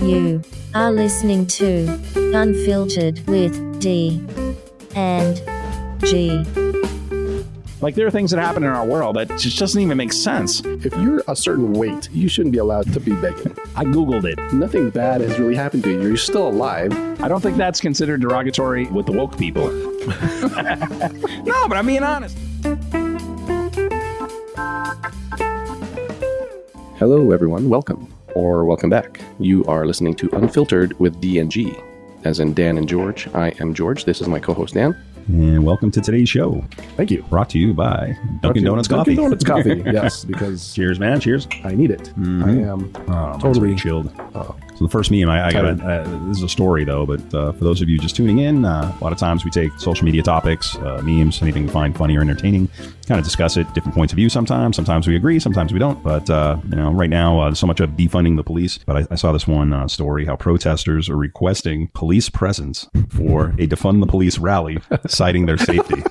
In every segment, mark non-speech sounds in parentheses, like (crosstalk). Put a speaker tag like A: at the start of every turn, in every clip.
A: You are listening to Unfiltered with D and G.
B: Like there are things that happen in our world that just doesn't even make sense.
C: If you're a certain weight, you shouldn't be allowed to be begging.
B: I googled it.
C: Nothing bad has really happened to you. You're still alive.
B: I don't think that's considered derogatory with the woke people. (laughs) no, but I'm being honest.
C: Hello, everyone. Welcome or welcome back. You are listening to Unfiltered with D and G, as in Dan and George. I am George. This is my co-host Dan.
D: And welcome to today's show,
C: Thank you.
D: brought to you by
C: Brought to
D: Dunkin'
C: you-
D: Donuts
C: Dunkin'
D: Coffee. (laughs)
C: Donuts coffee. yes, because
D: Cheers, man. Cheers.
C: I need it. I am.
D: Oh,
C: Totally.
D: totally chilled. So the first meme I, I got.
C: Kevin.
D: Uh, this is a story though, but uh, for those of you just tuning in, uh, a lot of times we take social media topics, uh, memes, anything we find funny or entertaining, kind of discuss it, different points of view. Sometimes, sometimes we agree, sometimes we don't. But uh, you know, right now, uh, there's so much of defunding the police. But I, I saw this one uh, story how protesters are requesting police presence for a defund the police rally, citing their safety.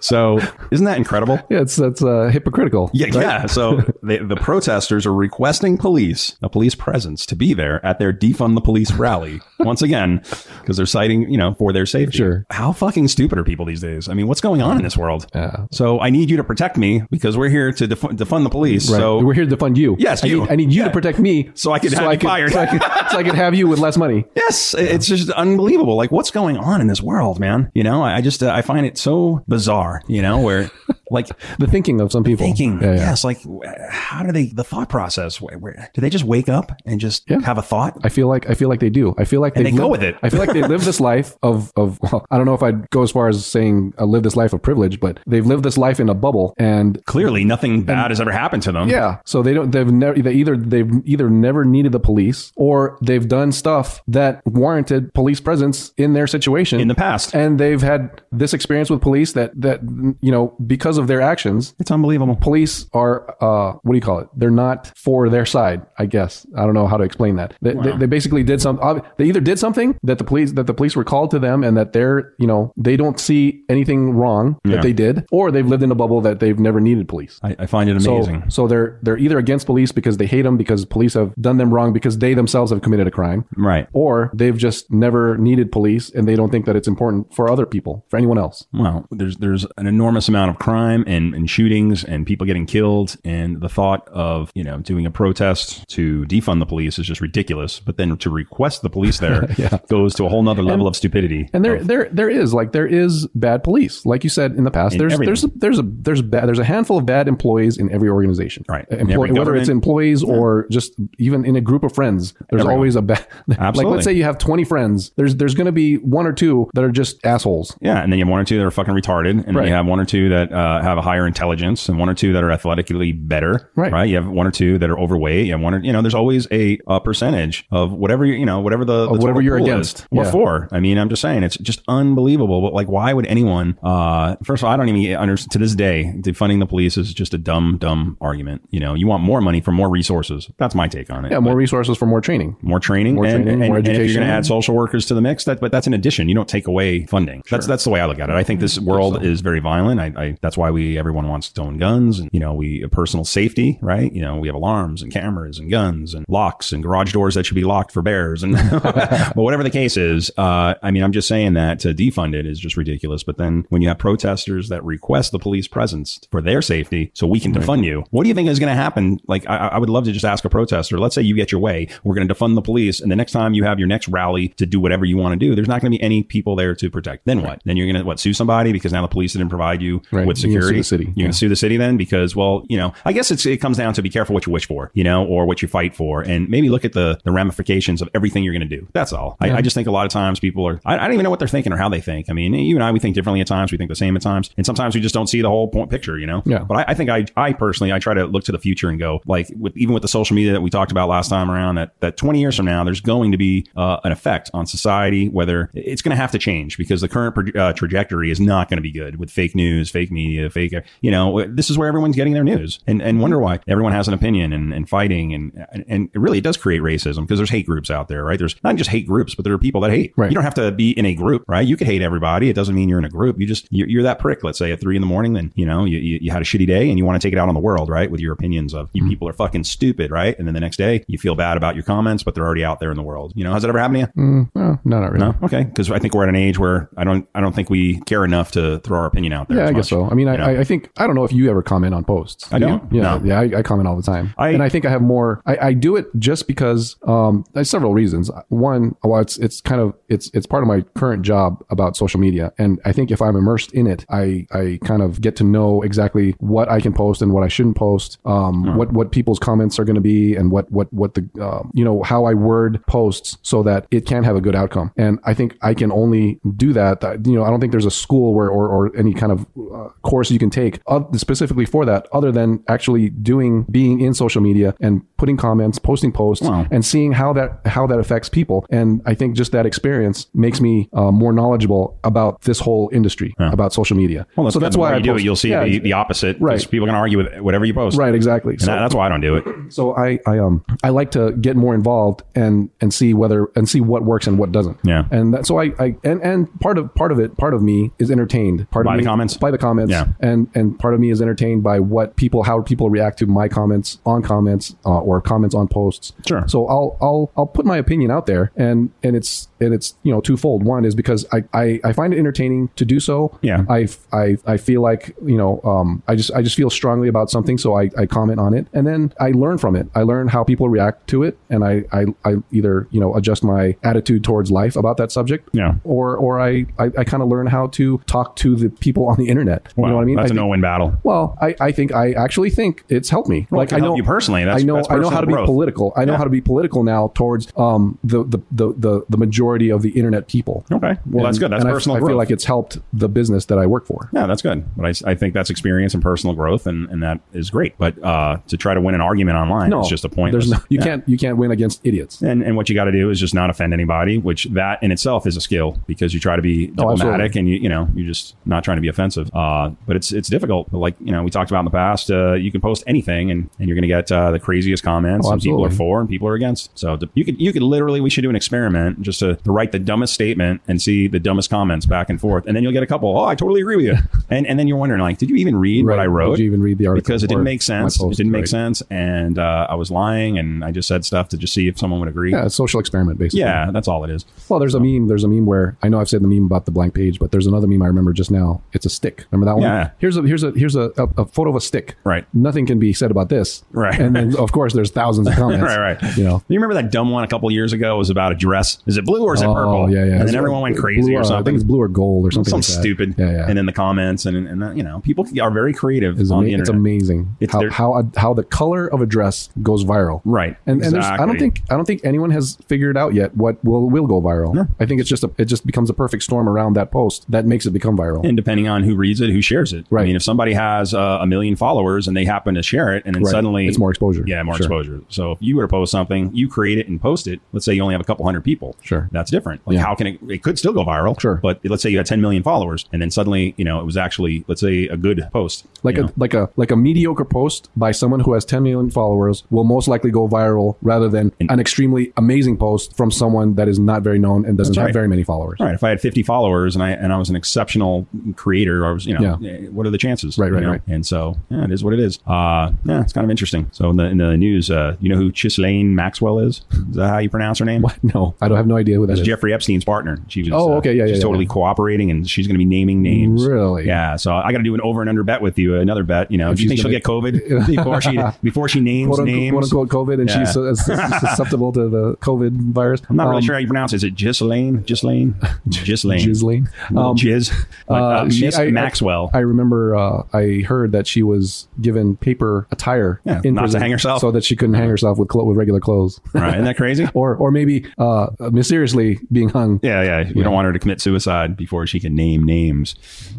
D: so isn't that incredible?
C: Yeah, it's that's uh, hypocritical.
D: Yeah, yeah. So the, the protesters are requesting police, a police presence, to be there at their defund the police rally once again because they're citing, you know, for their safety.
C: Sure.
D: How fucking stupid are people these days? I mean, what's going on in this world?
C: Yeah.
D: So I need you to protect me because we're here to def- defund the police.
C: Right.
D: So
C: we're here to fund you.
D: Yes,
C: I
D: you.
C: Need, I need you to protect me,
D: So I can have you fired.
C: so I can, so I can have you with less money.
D: Yes, i- it's just unbelievable. Like, what's going on in this world, man? You know, I I just uh, I find it so bizarre. You know,
C: (laughs)
D: where like
C: The thinking of some people.
D: thinking.
C: Yeah, yeah.
D: Yes, like w- how do they? The thought process. Where, where do they just wake up and just
C: Yeah.
D: have a thought?
C: I feel like I feel like they do. I feel like
D: And
C: they've
D: they go
C: lived-
D: with it.
C: I feel like they live this life of of. Well, I don't know if I'd go as far as saying uh, live this life of privilege, but they've lived this life in a bubble, and
D: Clearly, nothing bad has ever happened to them.
C: yeah, so they don't. They've never. They either they've either never needed the police, or they've done stuff that warranted police presence in their situation
D: in the past,
C: and they've had this experience with police that that you know because of their actions
D: it's unbelievable.
C: police are uh, what do you call it? They're not for their side, I guess. I don't know how to explain that. They, they, they basically did some. ob- They either did something that the police that the police were called to them, and that they're you know they don't see anything wrong that
D: Yeah.
C: they did, or they've lived in a bubble that they've never needed police.
D: I, I find it
C: So,
D: amazing.
C: so they're they're either against police because they hate them because police have done them wrong because they themselves have committed a crime,
D: right.
C: or they've just never needed police and they don't think that it's important for other people for anyone else.
D: Well, there's there's an enormous amount of crime and, and shootings and people getting killed and the thought of you know doing a protest to defund the police is just ridiculous. But then to request the police
C: (laughs)
D: there goes to a whole nother level of stupidity.
C: And there,
D: Of-
C: there, there is like there is bad police, like you said in the past.
D: In
C: there's,
D: everything.
C: there's, a, there's a, there's bad, there's a handful of bad employees in every organization,
D: Right.
C: Employ-
D: In every
C: whether it's
D: government.
C: employees or just even in a group of friends, there's
D: Everyone.
C: always a bad. (laughs) Like
D: Absolutely.
C: let's say you have 20 friends, there's there's going to be one or two that are just assholes.
D: Yeah, and then you have one or two that are fucking retarded, and then
C: Right.
D: you have one or two that uh, have a higher intelligence, and one or two that are athletically better.
C: Right.
D: You have one or two that are overweight. You have one, or, you know, there's always a, uh percentage of whatever you you know, whatever the, the
C: whatever
D: total
C: you're
D: pool is.
C: against.
D: What
C: Yeah.
D: for? I mean, I'm just saying, it's just unbelievable. But like, why would anyone? Uh, first of all, I don't even understand. To this day, defunding the police is just a dumb, dumb argument. You know, you want more money for more resources. That's my take on it.
C: Yeah, more resources for more training.
D: More training,
C: More
D: and,
C: training,
D: and-
C: more
D: and if
C: education.
D: you're going to add social workers to the mix, that but that's an addition. You don't take away funding. That's that's the way I look at it. I think
C: Mm-hmm.
D: this world is very violent. I, I that's why we everyone wants to own guns, and you know we personal safety, right? You know we have alarms and cameras and guns and locks and garage doors that should be locked for bears, and (laughs) but whatever the case is, uh, I mean I'm just saying that to defund it is just ridiculous. But then when you have protesters that request the police presence for their safety, so we can defund you, what do you think is going to happen? Like I, I would love to just ask a protester. Let's say you get your way, we're going to defund the police, and the next time you have your next rally to do whatever you want to do, there's not going to be any people there to protect. Then what? Then you're going to what sue somebody because now the police didn't provide you
C: Right.
D: with
C: You're gonna sue
D: security.
C: the city.
D: You're going to sue the city then because well, you know, I guess it's it comes down to be careful what you wish for, you know, or what you fight for, and maybe look at the the ramifications of everything you're going to do. That's all. I, I just think a lot of times people are I, I don't even know what they're thinking or how they think. I mean, you and I we think differently at times, we think the same at times, and sometimes we just don't see the whole point picture, you know.
C: Yeah.
D: But I, I think I, I personally, I try to look to the future and go like, with even with the social media that we talked about last time around, that that 20 years from now, there's going to be uh, an effect on society. Whether it's going to have to change because the current pro- uh, trajectory is not going to be good with fake news, fake media, a fake. You know, this is where everyone's getting their news and, and wonder why everyone has an opinion and, and fighting. And, and, and it really does create racism because there's hate groups out there, right? There's not just hate groups, but there are people that hate.
C: Right.
D: You don't have to be in a group, right? You could hate everybody. It doesn't mean you're in a group. You just, you're, you're that prick, let's say at three in the morning, then, you know, you, you, you had a shitty day and you want to take it out on the world, right? With your opinions of
C: Hmm.
D: you people are fucking stupid, right? And then the next day you feel bad about your comments, but they're already out there in the world. You know, has that ever happened to you?
C: Mm, no, no, not really.
D: No, okay, because I think we're at an age where I don't, I don't think we care enough to throw our opinion out there.
C: Yeah,
D: as
C: I guess
D: much.
C: so. I mean, I,
D: you know?
C: I, I think I don't know if you ever comment on posts.
D: I
C: Do
D: don't.
C: you? Yeah,
D: No.
C: yeah, I, I comment all the time,
D: I-
C: and I think I have more. I, I do it just because um, there's several reasons. One, well, it's it's kind of it's it's part of my current job about social media, and I think if I'm immersed in it, I I kind of get to know exactly what I can post and what I shouldn't post, um,
D: Hmm.
C: what what people's comments are going to be, and what what what the um, you know how I word posts so that it can have a good outcome. And I think I can only do that. that you know, I don't think there's a school where or, or any kind of uh, course you can take of, specifically for that, other than actually doing being in social media and putting comments, posting posts,
D: Wow.
C: and seeing how that how that affects people. And I think just that experience makes me uh, more knowledgeable about this whole industry about social media.
D: Well, that's
C: so
D: good.
C: that's
D: The
C: why
D: more
C: I
D: you do it.
C: post-
D: You'll see
C: Yeah,
D: the, the opposite. 'cause
C: Right.
D: People can argue with whatever you post.
C: right exactly.
D: And that- that's why I don't do it.
C: So I, I um I like to get more involved and and see whether and see what works and what doesn't.
D: Yeah.
C: And that, so I, I and and part of part of it part of me is entertained. Part
D: By
C: of
D: the
C: me,
D: comments?
C: By the comments.
D: Yeah.
C: And and part of me is entertained by what people how people react to my comments on comments uh, or comments on posts.
D: Sure.
C: So I'll I'll I'll put my opinion out there and and it's and it's you know twofold. One is because I I, I find it entertaining to do so.
D: Yeah.
C: I, I I feel like you know um, I just I just feel strongly about something, so I, I comment on it, and then I learn from it. I learn how people react to it, and I I, I either you know adjust my attitude towards life about that subject,
D: Yeah.
C: or or I I, I kind of learn how to talk to the people on the internet.
D: Wow,
C: you know what I mean?
D: That's
C: I
D: a
C: think-
D: no-win battle.
C: well, I, I think I actually think it's helped me.
D: Well, it
C: like
D: can
C: I know
D: help you personally. That's-
C: I know
D: that's
C: I know how to be
D: personal growth.
C: political. I know how to be political now towards um the the the the, the majority of the internet people.
D: Okay. Well, that's
C: And-
D: good. That's
C: and I-
D: personal
C: I,
D: growth.
C: feel like it's helped the business that I work for.
D: Yeah, that's good. But I s- I, think that's experience and personal growth, and, and that is great. But uh, to try to win an argument online is just a point.
C: There's no, you can't you can't win against idiots.
D: And, and what you got to do is just not offend anybody, which that in itself is a skill because you try to be
C: Oh, absolutely.
D: diplomatic and you you know you're just not trying to be offensive. Uh, but it's it's difficult. But like you know we talked about in the past, uh, you can post anything and, and you're going to get uh, the craziest comments.
C: Oh,
D: and people are
C: absolutely.
D: for and people are against. So d- you could you could literally we should do an experiment just to, to write the dumbest statement and see the dumbest comments back and forth, and then you'll get a couple. Oh, I totally agree with you. (laughs) and and then you're wondering like, did you even read what
C: Right.
D: I wrote?
C: Did you even read the article
D: because it
C: or
D: didn't make
C: my
D: sense.
C: post?
D: it didn't make
C: Right.
D: sense, and uh, I was lying, and I just said stuff to just see if someone would agree.
C: Yeah, a social experiment basically.
D: Yeah, that's all it is.
C: Well, there's a meme. There's a meme where I know I've said the meme about the blank page, but there's another meme I remember just now. It's a stick. Remember that one?
D: Yeah.
C: Here's a here's a here's a, a, a photo of a stick.
D: Right.
C: Nothing can be said about this.
D: Right.
C: And then of course
D: (laughs)
C: there's thousands of comments.
D: Right, right.
C: You know.
D: You remember that dumb one a couple years ago was about a dress? Is it blue or is it
C: Oh,
D: purple?
C: yeah, yeah.
D: And
C: It's
D: then everyone went
C: blue-
D: crazy
C: uh,
D: or
C: I think
D: something.
C: it's blue or gold or something.
D: Something
C: like that.
D: stupid.
C: Yeah, yeah.
D: And then the comments and and uh, you know people are very creative
C: it's,
D: on
C: ama-
D: the
C: it's
D: internet.
C: amazing
D: It's
C: how
D: their-
C: how, how the color of a dress goes viral.
D: Right.
C: And, and there's, I don't
D: Exactly.
C: think I don't think anyone has figured out yet what will will go viral. I think it's just a, it just becomes a perfect storm around that post that makes it become viral.
D: and depending on who reads it, who shares it. I
C: Right.
D: mean, if somebody has uh, a million followers and they happen to share it, and then
C: Right.
D: suddenly
C: It's more exposure.
D: Yeah, more
C: Sure.
D: exposure. So if you were to post something, you create it and post it. Let's say you only have a couple hundred people.
C: Sure.
D: that's different. Like
C: Yeah.
D: how can it? It could still go viral.
C: Sure.
D: but let's say you had 10 million followers, and then suddenly you know it was actually let's say a good post.
C: like
D: you
C: a
D: know?
C: like a like a mediocre post by someone who has 10 million followers will most likely go viral rather than an extremely amazing post from someone that is not very known and doesn't
D: That's
C: have
D: right.
C: very many followers.
D: All right, if I had 50 followers and I and I was an exceptional creator, I was, you know, eh, what are the chances?
C: Right, right,
D: you know?
C: right.
D: And so, yeah, it is what it is. Uh, yeah, it's kind of interesting. So in the, in the news, uh, you know who Ghislaine Maxwell is? Is that how you pronounce her name?
C: What? No, I don't have no idea who that is.
D: It's Jeffrey Epstein's partner. She was,
C: Oh,
D: uh,
C: okay, yeah,
D: she's
C: yeah,
D: totally
C: yeah.
D: cooperating, and she's going to be naming names.
C: Really?
D: Yeah. So I got to do an over and under bet with you. Another bet. You know, do you think
C: she's
D: she'll get COVID
C: (laughs)
D: before she before she names
C: Quote unquote,
D: names?
C: quote unquote COVID, and
D: Yeah.
C: she's su- su- (laughs) susceptible to the COVID virus. Um,
D: I'm not really sure how you pronounce it. Is it Ghislaine?
C: (laughs)
D: Ghislaine? Ghislaine.
C: Gislane.
D: Little Jizz. Like, uh,
C: Um, she-
D: Miss Maxwell.
C: I remember uh, I heard that she was given paper attire
D: Yeah,
C: in
D: not to
C: prison
D: hang herself.
C: so that she couldn't hang herself with clo- with regular
D: (laughs)
C: clothes,
D: Right? Isn't that
C: (laughs)
D: crazy?
C: or or maybe uh, mysteriously being hung.
D: Yeah, yeah. We don't want her to commit suicide before she can name names.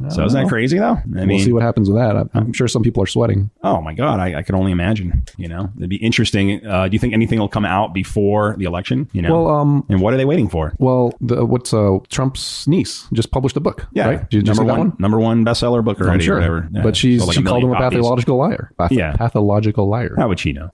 D: So isn't that crazy though? I
C: we'll see
D: mean,
C: what happens with that. I'm, I'm sure some people are sweating.
D: oh my god, I, I could only imagine. You know, it'd be interesting. Uh, do you think anything will come out before the election? You know,
C: Well, um,
D: and what are they waiting for?
C: well, the, what's uh, Trump's niece just published a book?
D: Yeah,
C: right? Did you- did you
D: number
C: see that
D: one, number one bestseller book already.
C: I'm
D: or
C: sure,
D: whatever. Yeah,
C: but she's,
D: sold like
C: she
D: million
C: called him a
D: copies.
C: pathological liar. Path-
D: Yeah.
C: pathological liar.
D: How would she know?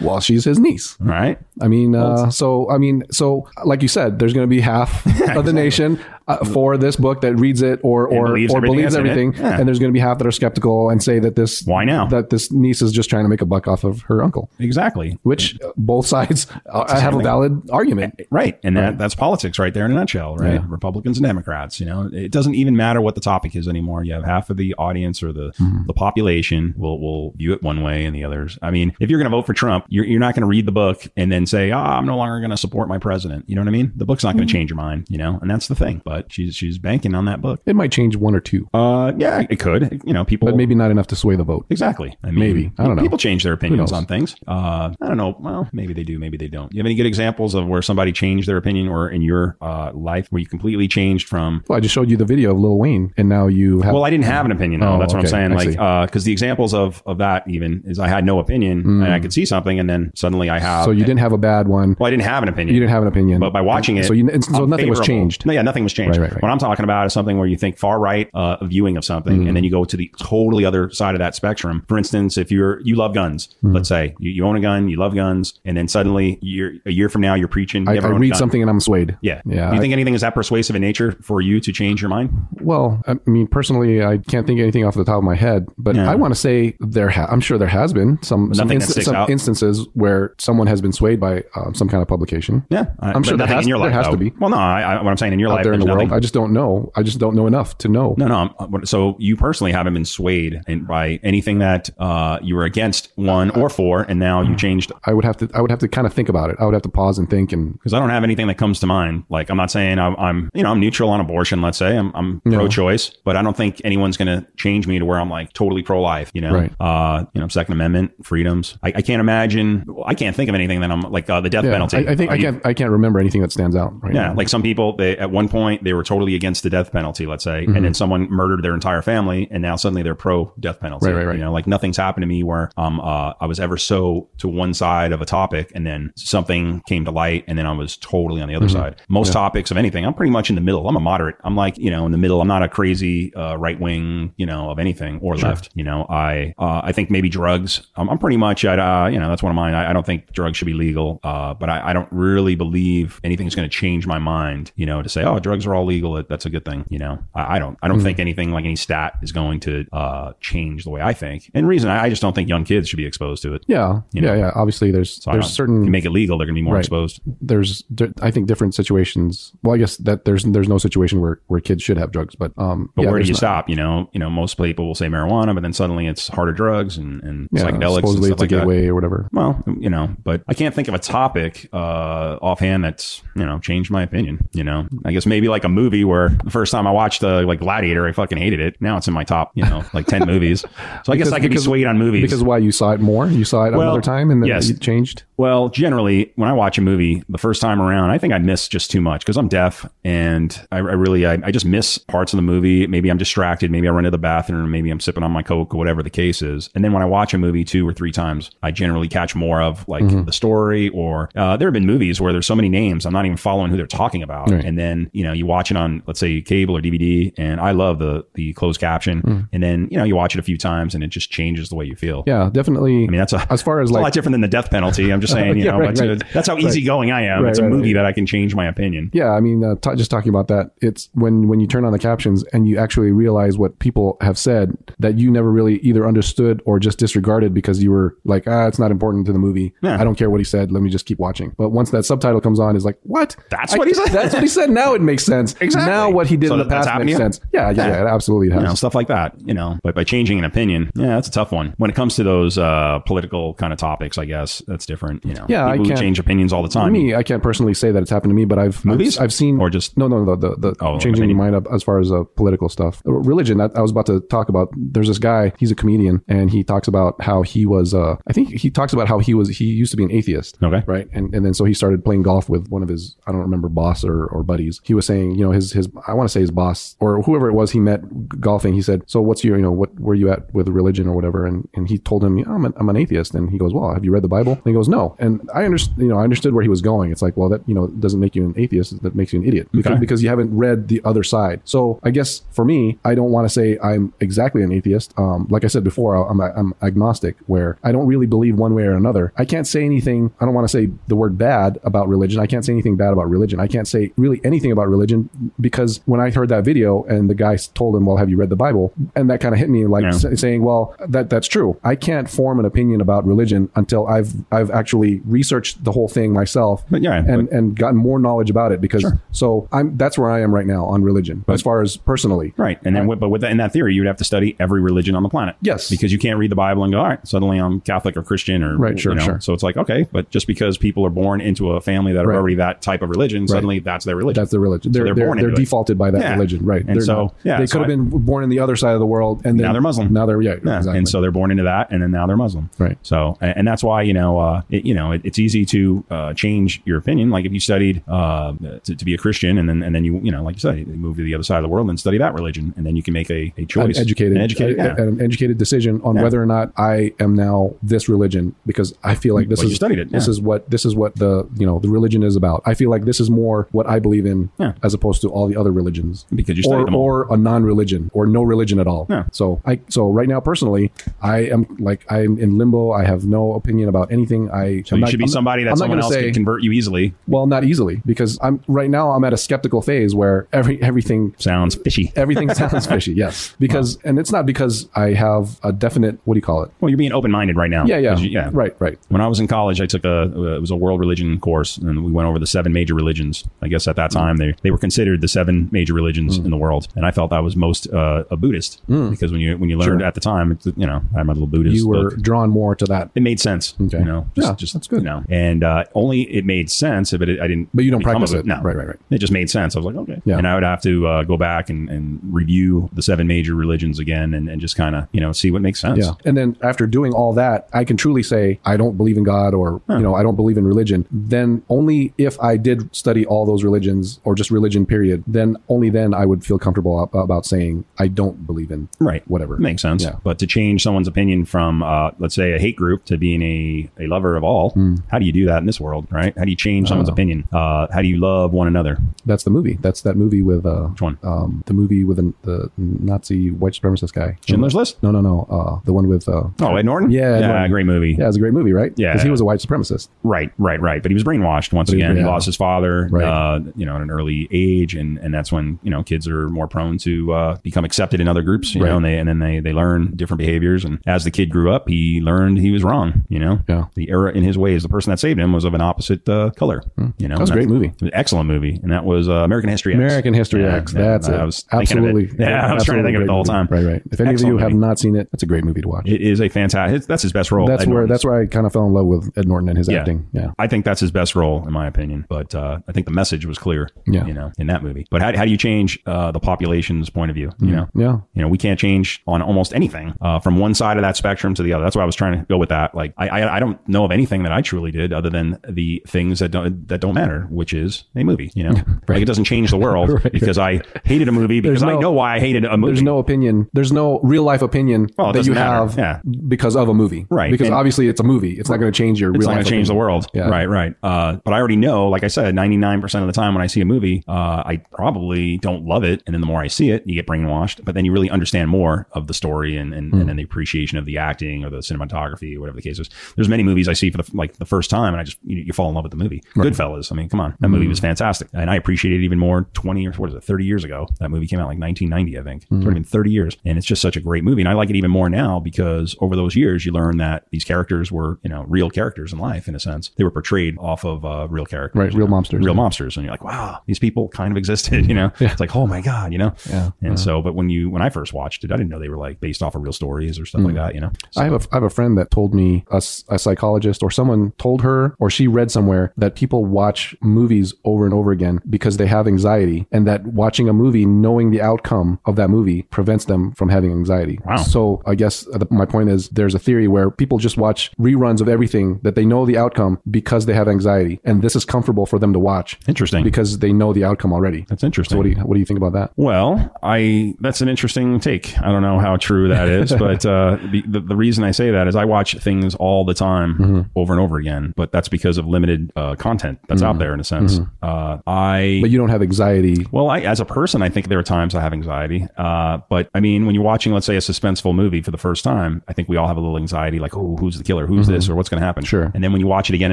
C: Well, she's his niece.
D: (laughs) Right?
C: I mean, uh, so I mean, so like you said, there's going to
D: (laughs)
C: be half of the nation uh, for this book that reads it or or
D: believes
C: or
D: everything
C: believes
D: that's in it.
C: everything,
D: Yeah.
C: and there's going to be half that are skeptical and say that this
D: Why now?
C: that this niece is just trying to make a buck off of her uncle,
D: Exactly.
C: which uh, both (laughs) sides uh,
D: the same
C: have a
D: thing.
C: valid argument.
D: Right. And that, that's politics right there in a nutshell, right? Republicans and Democrats, you know, it doesn't even matter what the topic is anymore. You have half of the audience or the,
C: Mm-hmm.
D: the population will, will view it one way and the others. I mean, if you're going to vote for Trump, you're, you're not going to read the book and then say, ah, I'm no longer going to support my president. You know what I mean? The book's not going
C: Mm-hmm.
D: to change your mind, you know, and that's the thing, but she's, she's banking on that book.
C: It might change one or two,
D: Uh, yeah, it could, you know, people,
C: but maybe not enough to sway the vote.
D: Exactly. I mean,
C: Maybe. I don't know.
D: People change their opinions
C: knows?
D: on things. Uh, I don't know. Well, maybe they do. Maybe they don't. You have any good examples of where somebody changed their opinion or in your uh, life where you completely changed from?
C: Well, I just showed you the video of Lil Wayne, and now you have.
D: Well, I didn't have an opinion. Though.
C: Oh,
D: That's what
C: okay.
D: I'm saying.
C: I
D: Like,
C: see.
D: because the examples of of that even is I had no opinion and I could see something and then suddenly I have.
C: Mm. so you didn't have a bad one.
D: Well, I didn't have an opinion.
C: You didn't have an opinion,
D: But by watching it,
C: so you, and so
D: I'm
C: nothing was
D: favorable.
C: changed.
D: No, yeah, nothing was changed.
C: Right, right, right.
D: What I'm talking about is something where you think far right uh, viewing of
C: Mm-hmm.
D: something, and then you go to the totally other side of that spectrum. For instance, if you're you love guns,
C: Mm-hmm.
D: let's say you, you own a gun, you love guns, and then suddenly you're a year from now you're preaching. you
C: I,
D: never
C: I
D: owned a
C: read
D: gun.
C: something and I'm swayed.
D: Yeah,
C: yeah.
D: Do you
C: I-
D: think anything is that persuasive in nature for you to change your mind?
C: Well, I mean, personally, I can't think of anything off the top of my head, but
D: Yeah.
C: I want to say there. Ha- I'm sure there has been some some,
D: Nothing that
C: insta-
D: sticks
C: some
D: out.
C: instances where someone has been swayed by um, some kind of publication.
D: Yeah, I,
C: I'm
D: but
C: sure there
D: nothing
C: has-
D: in your
C: there
D: life
C: has to
D: though.
C: be.
D: Well, no, I, I, what I'm saying in your life
C: out there in the
D: there's
C: world,
D: nothing-
C: I just don't know. I just don't know enough to know.
D: No, no. I'm- uh, what- So you personally haven't been swayed in, by anything that uh, you were against one
C: Uh,
D: or for, and now
C: mm.
D: you changed.
C: I would have to. I would have to kind of think about it. I would have to pause and think. And
D: Because I don't have anything that comes to mind. Like I'm not saying I'm, I'm you know, I'm neutral on abortion. Let's say I'm, I'm pro-choice, but I don't think anyone's going to change me to where I'm like totally pro-life. You know,
C: Right.
D: uh, you know, Second Amendment freedoms. I, I can't imagine. I can't think of anything that I'm like uh, the death
C: yeah,
D: penalty.
C: I, I think
D: Are
C: I
D: you-
C: can't. I can't remember anything that stands out. Right
D: Yeah,
C: now.
D: like some people, they at one point they were totally against the death penalty, let's say, and
C: Mm-hmm.
D: then someone murdered their entire family, and now suddenly they're pro death penalty.
C: Right, right, right.
D: You know, like nothing's happened to me where um uh I was ever so to one side of a topic, and then something came to light, and then I was totally on the other
C: Mm-hmm.
D: side. Most topics of anything, I'm pretty much in the middle. I'm a moderate. I'm like you know in the middle. I'm not a crazy uh, right wing, you know, of anything or left. You know, I uh, I think maybe drugs. I'm, I'm pretty much at uh you know that's one of mine. I, I don't think drugs should be legal, uh, but I, I don't really believe anything's going to change my mind. You know, to say oh drugs are all legal, that- that's a good thing. You know, I, I don't I
C: Hmm.
D: don't think anything like any stat is going to uh, change the way I think. And reason I, I just don't think young kids should be exposed to it.
C: Yeah. yeah. Yeah. Obviously, there's
D: I
C: there's
D: don't-
C: certain
D: if you make it legal, they're going to be more
C: Hmm. Right.
D: exposed.
C: there's there, I think different situations. Well, I guess that there's there's no situation where where kids should have drugs, but um,
D: But
C: yeah,
D: where do
C: there's
D: you
C: not-
D: stop? You know, you know, most people will say marijuana, but then suddenly it's harder drugs and, and
C: Yeah,
D: psychedelics and
C: supposedly
D: stuff
C: it's a
D: like that.
C: gateway or whatever.
D: Well, you know, but I can't think of a topic uh, offhand that's you know changed my opinion. You know, I guess maybe like a movie where the first time I watched uh, like Gladiator, I fucking hated it. Now it's in my top, you know, like ten (laughs) movies. So I guess
C: Because-
D: I could
C: because-
D: be swayed on movies.
C: Because why you saw it more, you saw it
D: Well,
C: another time, and then
D: yes.
C: it changed.
D: Well, generally, when I watch a movie the first time around, I think I miss just too much because I'm deaf and I, I really, I, I just miss parts of the movie. Maybe I'm distracted. Maybe I run to the bathroom. Maybe I'm sipping on my Coke or whatever the case is. And then when I watch a movie two or three times, I generally catch more of like
C: Mm-hmm.
D: the story or uh, there have been movies where there's so many names. I'm not even following who they're talking about.
C: Right.
D: And then, you know, you watch it on, let's say cable or DVD. And I love the, the closed caption. And then, you know, you watch it a few times and it just changes the way you feel.
C: Mm. Yeah, definitely.
D: I mean, that's a,
C: as far
D: it's
C: as
D: a
C: like Oh,
D: lot different than the death penalty.
C: (laughs)
D: I'm just saying, you
C: Yeah,
D: know,
C: right,
D: that's,
C: right.
D: that's how
C: Right.
D: easygoing I am.
C: Right,
D: it's a
C: right,
D: movie
C: right.
D: that I can change my opinion.
C: yeah, I mean, uh, t- just talking about that, it's when when you turn on the captions and you actually realize what people have said that you never really either understood or just disregarded because you were like, ah, it's not important to the movie.
D: Yeah.
C: I don't care what he said. Let me just keep watching. But once that subtitle comes on, it's like, what?
D: That's
C: I- (laughs)
D: what he said?
C: That's what he said. Now it makes sense.
B: Exactly.
C: Now what he did
D: So
C: in the
D: that's
C: past
D: happened
C: makes
D: to you?
C: sense. Yeah, yeah,
D: Yeah.
C: yeah, it absolutely
D: you
C: has.
D: know, stuff like that, you know, but by changing an opinion, yeah, that's a tough one. When it comes to those uh, political kind of topics, I guess that's different, you know.
C: Yeah, I
D: people who
C: can't-
D: change opinions all the time.
C: me, I can't personally say that it's happened to me, but I've
D: Movies?
C: I've, I've seen
D: Or just-
C: no, no, no, the, the
D: Oh,
C: changing
D: opinion.
C: your mind up as far as uh, political stuff, Uh, religion. That I was about to talk about. There's this guy. He's a comedian, and he talks about how he was. Uh, I think he talks about how he was. He used to be an atheist.
D: Okay.
C: right? And and then so he started playing golf with one of his. I don't remember boss or, or buddies. He was saying, you know, his his. I want to say his boss or whoever it was he met golfing. He said, so what's your you know what where you at with religion or whatever? And and he told him, yeah, I'm an, I'm an atheist. And he goes, well, have you read the Bible? And he goes, no. And I understand. You know, I understood where he was going. It's like, well, that you know doesn't make you an atheist. That makes you an idiot because,
D: Okay.
C: because you haven't read the other side. So I guess for me, I don't want to say I'm exactly an atheist. Um, like I said before, I- I'm, I'm agnostic, where I don't really believe one way or another. I can't say anything. I don't want to say the word bad about religion. I can't say anything bad about religion. I can't say really anything about religion because when I heard that video and the guy s- told him, "Well, have you read the Bible?" and that kind of hit me like
D: Yeah.
C: s- saying, "Well, that that's true. I can't form an opinion about religion until I've I've actually researched the whole thing myself."
D: But yeah,
C: and and gotten more knowledge about it because so I'm that's where I am right now on religion as far as personally.
D: Right. And then, with- but with that, in that theory, you would have to study every religion on the planet.
C: Yes.
D: Because you can't read the Bible and go, all right, suddenly I'm Catholic or Christian or,
C: Right, sure,
D: you know.
C: sure.
D: So it's like, okay, but just because people are born into a family that are
C: Right.
D: already that type of religion, suddenly that's their religion.
C: That's the religion. They're
D: they're
C: they're, they're,
D: born into it.
C: defaulted by that
D: Yeah.
C: religion, right?
D: And
C: They're
D: so-
C: not-
D: yeah,
C: they
D: so
C: could have
D: I-
C: been born in the other side of the world, and then,
D: Now they're Muslim.
C: Now they're yeah,
D: Yeah,
C: exactly.
D: and so they're born into that, and then now they're Muslim.
C: Right.
D: So, and, and that's why you know, uh, it, you know, it, it's easy to uh, change your opinion. Like if you studied uh, to, to be a Christian, and then and then you you know, like you said, you move to the other side of the world and study that religion, and then you can make a, a
C: an
D: choice,
C: educated, uh,
D: an educated,
C: a-
D: yeah.
C: a- an educated decision on
D: Yeah.
C: whether or not I am now this religion because I feel like this
D: Well, you
C: is
D: studied it,
C: This
D: yeah.
C: is what this is what the you know the religion is about. I feel like this is more what I believe in
D: Yeah.
C: as opposed to all the other religions
D: Because you studied
C: or,
D: them all.
C: or a non-religion or no religion at all.
D: Yeah.
C: So I so right now personally I am like I'm in limbo. I have no opinion about anything. I
D: so you should be somebody that someone else can convert you easily.
C: well, not easily because I'm right now. I'm at a skeptical phase where every everything
D: Sounds fishy.
C: everything
D: (laughs)
C: sounds fishy. Yes, because and it's not because I have a definite what do you call it?
D: Well, you're being open minded right now.
C: Yeah, yeah,
D: 'Cause you- yeah.
C: Right, right.
D: When I was in college, I took a uh, it was a world religion course, and we went over the seven major religions. I guess at
C: Mm.
D: that time they, they were considered the seven major religions in the world, and I felt I was most uh, a Buddhist because when you when you learned at the time, it's, you know, I had my little Buddhist.
C: Mm. You were
D: book.
C: drawn more to that,
D: It made sense,
C: Okay.
D: you know. Just,
C: Yeah,
D: just
C: that's good.
D: You know, and uh, only it made sense, but it, I didn't.
C: but you don't
D: become a
C: practice
D: Bu-
C: it.
D: No,
C: Right, right, right.
D: it just made sense. I was like, okay.
C: Yeah.
D: And I would have to uh, go back and, and review the seven major religions again, and, and just kind of you know see what makes sense.
C: Yeah. And then after doing all that, I can truly say I don't believe in God or you know I don't believe in religion. Then only if I did study all those religions or just religion period, then only then I would feel comfortable ab- about saying I don't believe in
D: right
C: whatever.
D: makes sense
C: Yeah.
D: but to change someone's opinion from uh, let's say a hate group to being a, a lover of all
C: Hmm.
D: how do you do that in this world right how do you change
C: Oh.
D: someone's opinion uh, how do you love one another
C: That's the movie. That's that movie with uh which
D: one?
C: Um, the movie with an, the Nazi white supremacist guy.
D: Schindler's List
C: No, no, no. Uh, the one with uh,
D: oh Ed Norton
C: Yeah, Ed Norton.
D: great movie
C: yeah, it's a great movie, right?
D: Yeah.
C: because he was a white supremacist.
D: right right right but he was brainwashed once
C: But he-
D: again he
C: yeah.
D: lost his father
C: Right.
D: uh, you know at an early age and, and that's when you know kids are more prone to uh, become accepted in other groups you
C: Right.
D: know and they and then they, they learn different behaviors and as the kid grew up he learned he was wrong you know
C: Yeah.
D: the error in his ways the person that saved him was of an opposite uh, color you know
C: Hmm. That was a
D: and
C: great movie.
D: It was an excellent movie, and that was uh, American History. X.
C: American History
D: Yeah,
C: X.
D: yeah,
C: That's it.
D: I was thinking of it.
C: absolutely.
D: Yeah, I was trying to think of it the whole time.
C: Absolutely great movie. Right, right. If any
D: Excellent
C: of you have
D: movie.
C: not seen it, that's a great movie to watch.
D: It is a fantastic. That's his best role.
C: that's
D: Ed
C: where
D: Norton's.
C: that's where I kind of fell in love with Ed Norton and his acting. Yeah,
D: I think that's his best role, in my opinion. But uh, I think the message was clear,
C: Yeah.
D: you know, in that movie. But how, how do you change uh, the population's point of view?
C: Hmm.
D: You know,
C: yeah.
D: you know, we can't change on almost anything uh, from one side of that spectrum to the other. That's why I was trying to go with that. Like, I, I, I don't know of anything that I truly did other than the things that don't that don't matter, which is a movie.
C: (laughs)
D: You know, like it doesn't change the world because I hated a movie because I
C: no-
D: know why I hated a movie.
C: There's no opinion. There's no real life opinion
D: Well, it
C: that
D: doesn't
C: you
D: matter.
C: have
D: Yeah.
C: because of a movie,
D: Right.
C: Because
D: And-
C: obviously it's a movie. It's not going to change your
D: It's
C: real
D: not going
C: life.
D: to change the
C: opinion.
D: world.
C: Yeah.
D: Right, right. Uh, but I already know, like I said, 99% of the time when I see a movie, uh, I probably don't love it. And then the more I see it, you get brainwashed. But then you really understand more of the story and, and, and then the appreciation of the acting or the cinematography or whatever the case is. There's many movies I see for the, like the first time and I just, you, you fall in love with the movie. Goodfellas. I mean, come on. That
C: Mm-hmm.
D: movie was fantastic. And I appreciate it even more 20 or what is it, 30 years ago. That movie came out like 1990, I think.
C: Mm-hmm.
D: It's already been 30 years. And it's just such a great movie. And I like it even more now because over those years, you learn that these characters were, you know, real characters in life in a sense. They were portrayed off of uh, real characters.
C: Right,
D: you
C: real
D: know,
C: mobsters.
D: Real mobsters. And you're like, wow, these people still kind of existed, (laughs) you know? It's like, oh my God, you know?
C: Yeah.
D: And so, but when you, when I first watched it, I didn't know they were like based off of real stories or stuff
C: Mm.
D: like that, you know? So,
C: I have a I have a friend that told me a, s- a psychologist or someone told her or she read somewhere that people watch movies over and over again because they have anxiety and that watching a movie knowing the outcome of that movie prevents them from having anxiety.
D: Wow.
C: So I guess the, my point is there's a theory where people just watch reruns of everything that they know the outcome because they have anxiety and this is comfortable for them to watch
D: interesting.
C: because they know the outcome already.
D: That's interesting.
C: So what do you what do you think about that?
D: Well, I that's an interesting take. I don't know how true that is, but uh, the, the the reason I say that is I watch things all the time, over and over again. But that's because of limited uh, content that's out there, in a sense. Uh, I
C: But you don't have anxiety.
D: well, I, as a person, I think there are times I have anxiety. Uh, but I mean, when you're watching, let's say, a suspenseful movie for the first time, I think we all have a little anxiety, like, oh, who's the killer? Who's this? Or what's going to happen?
C: Mm-hmm. Sure.
D: And then when you watch it again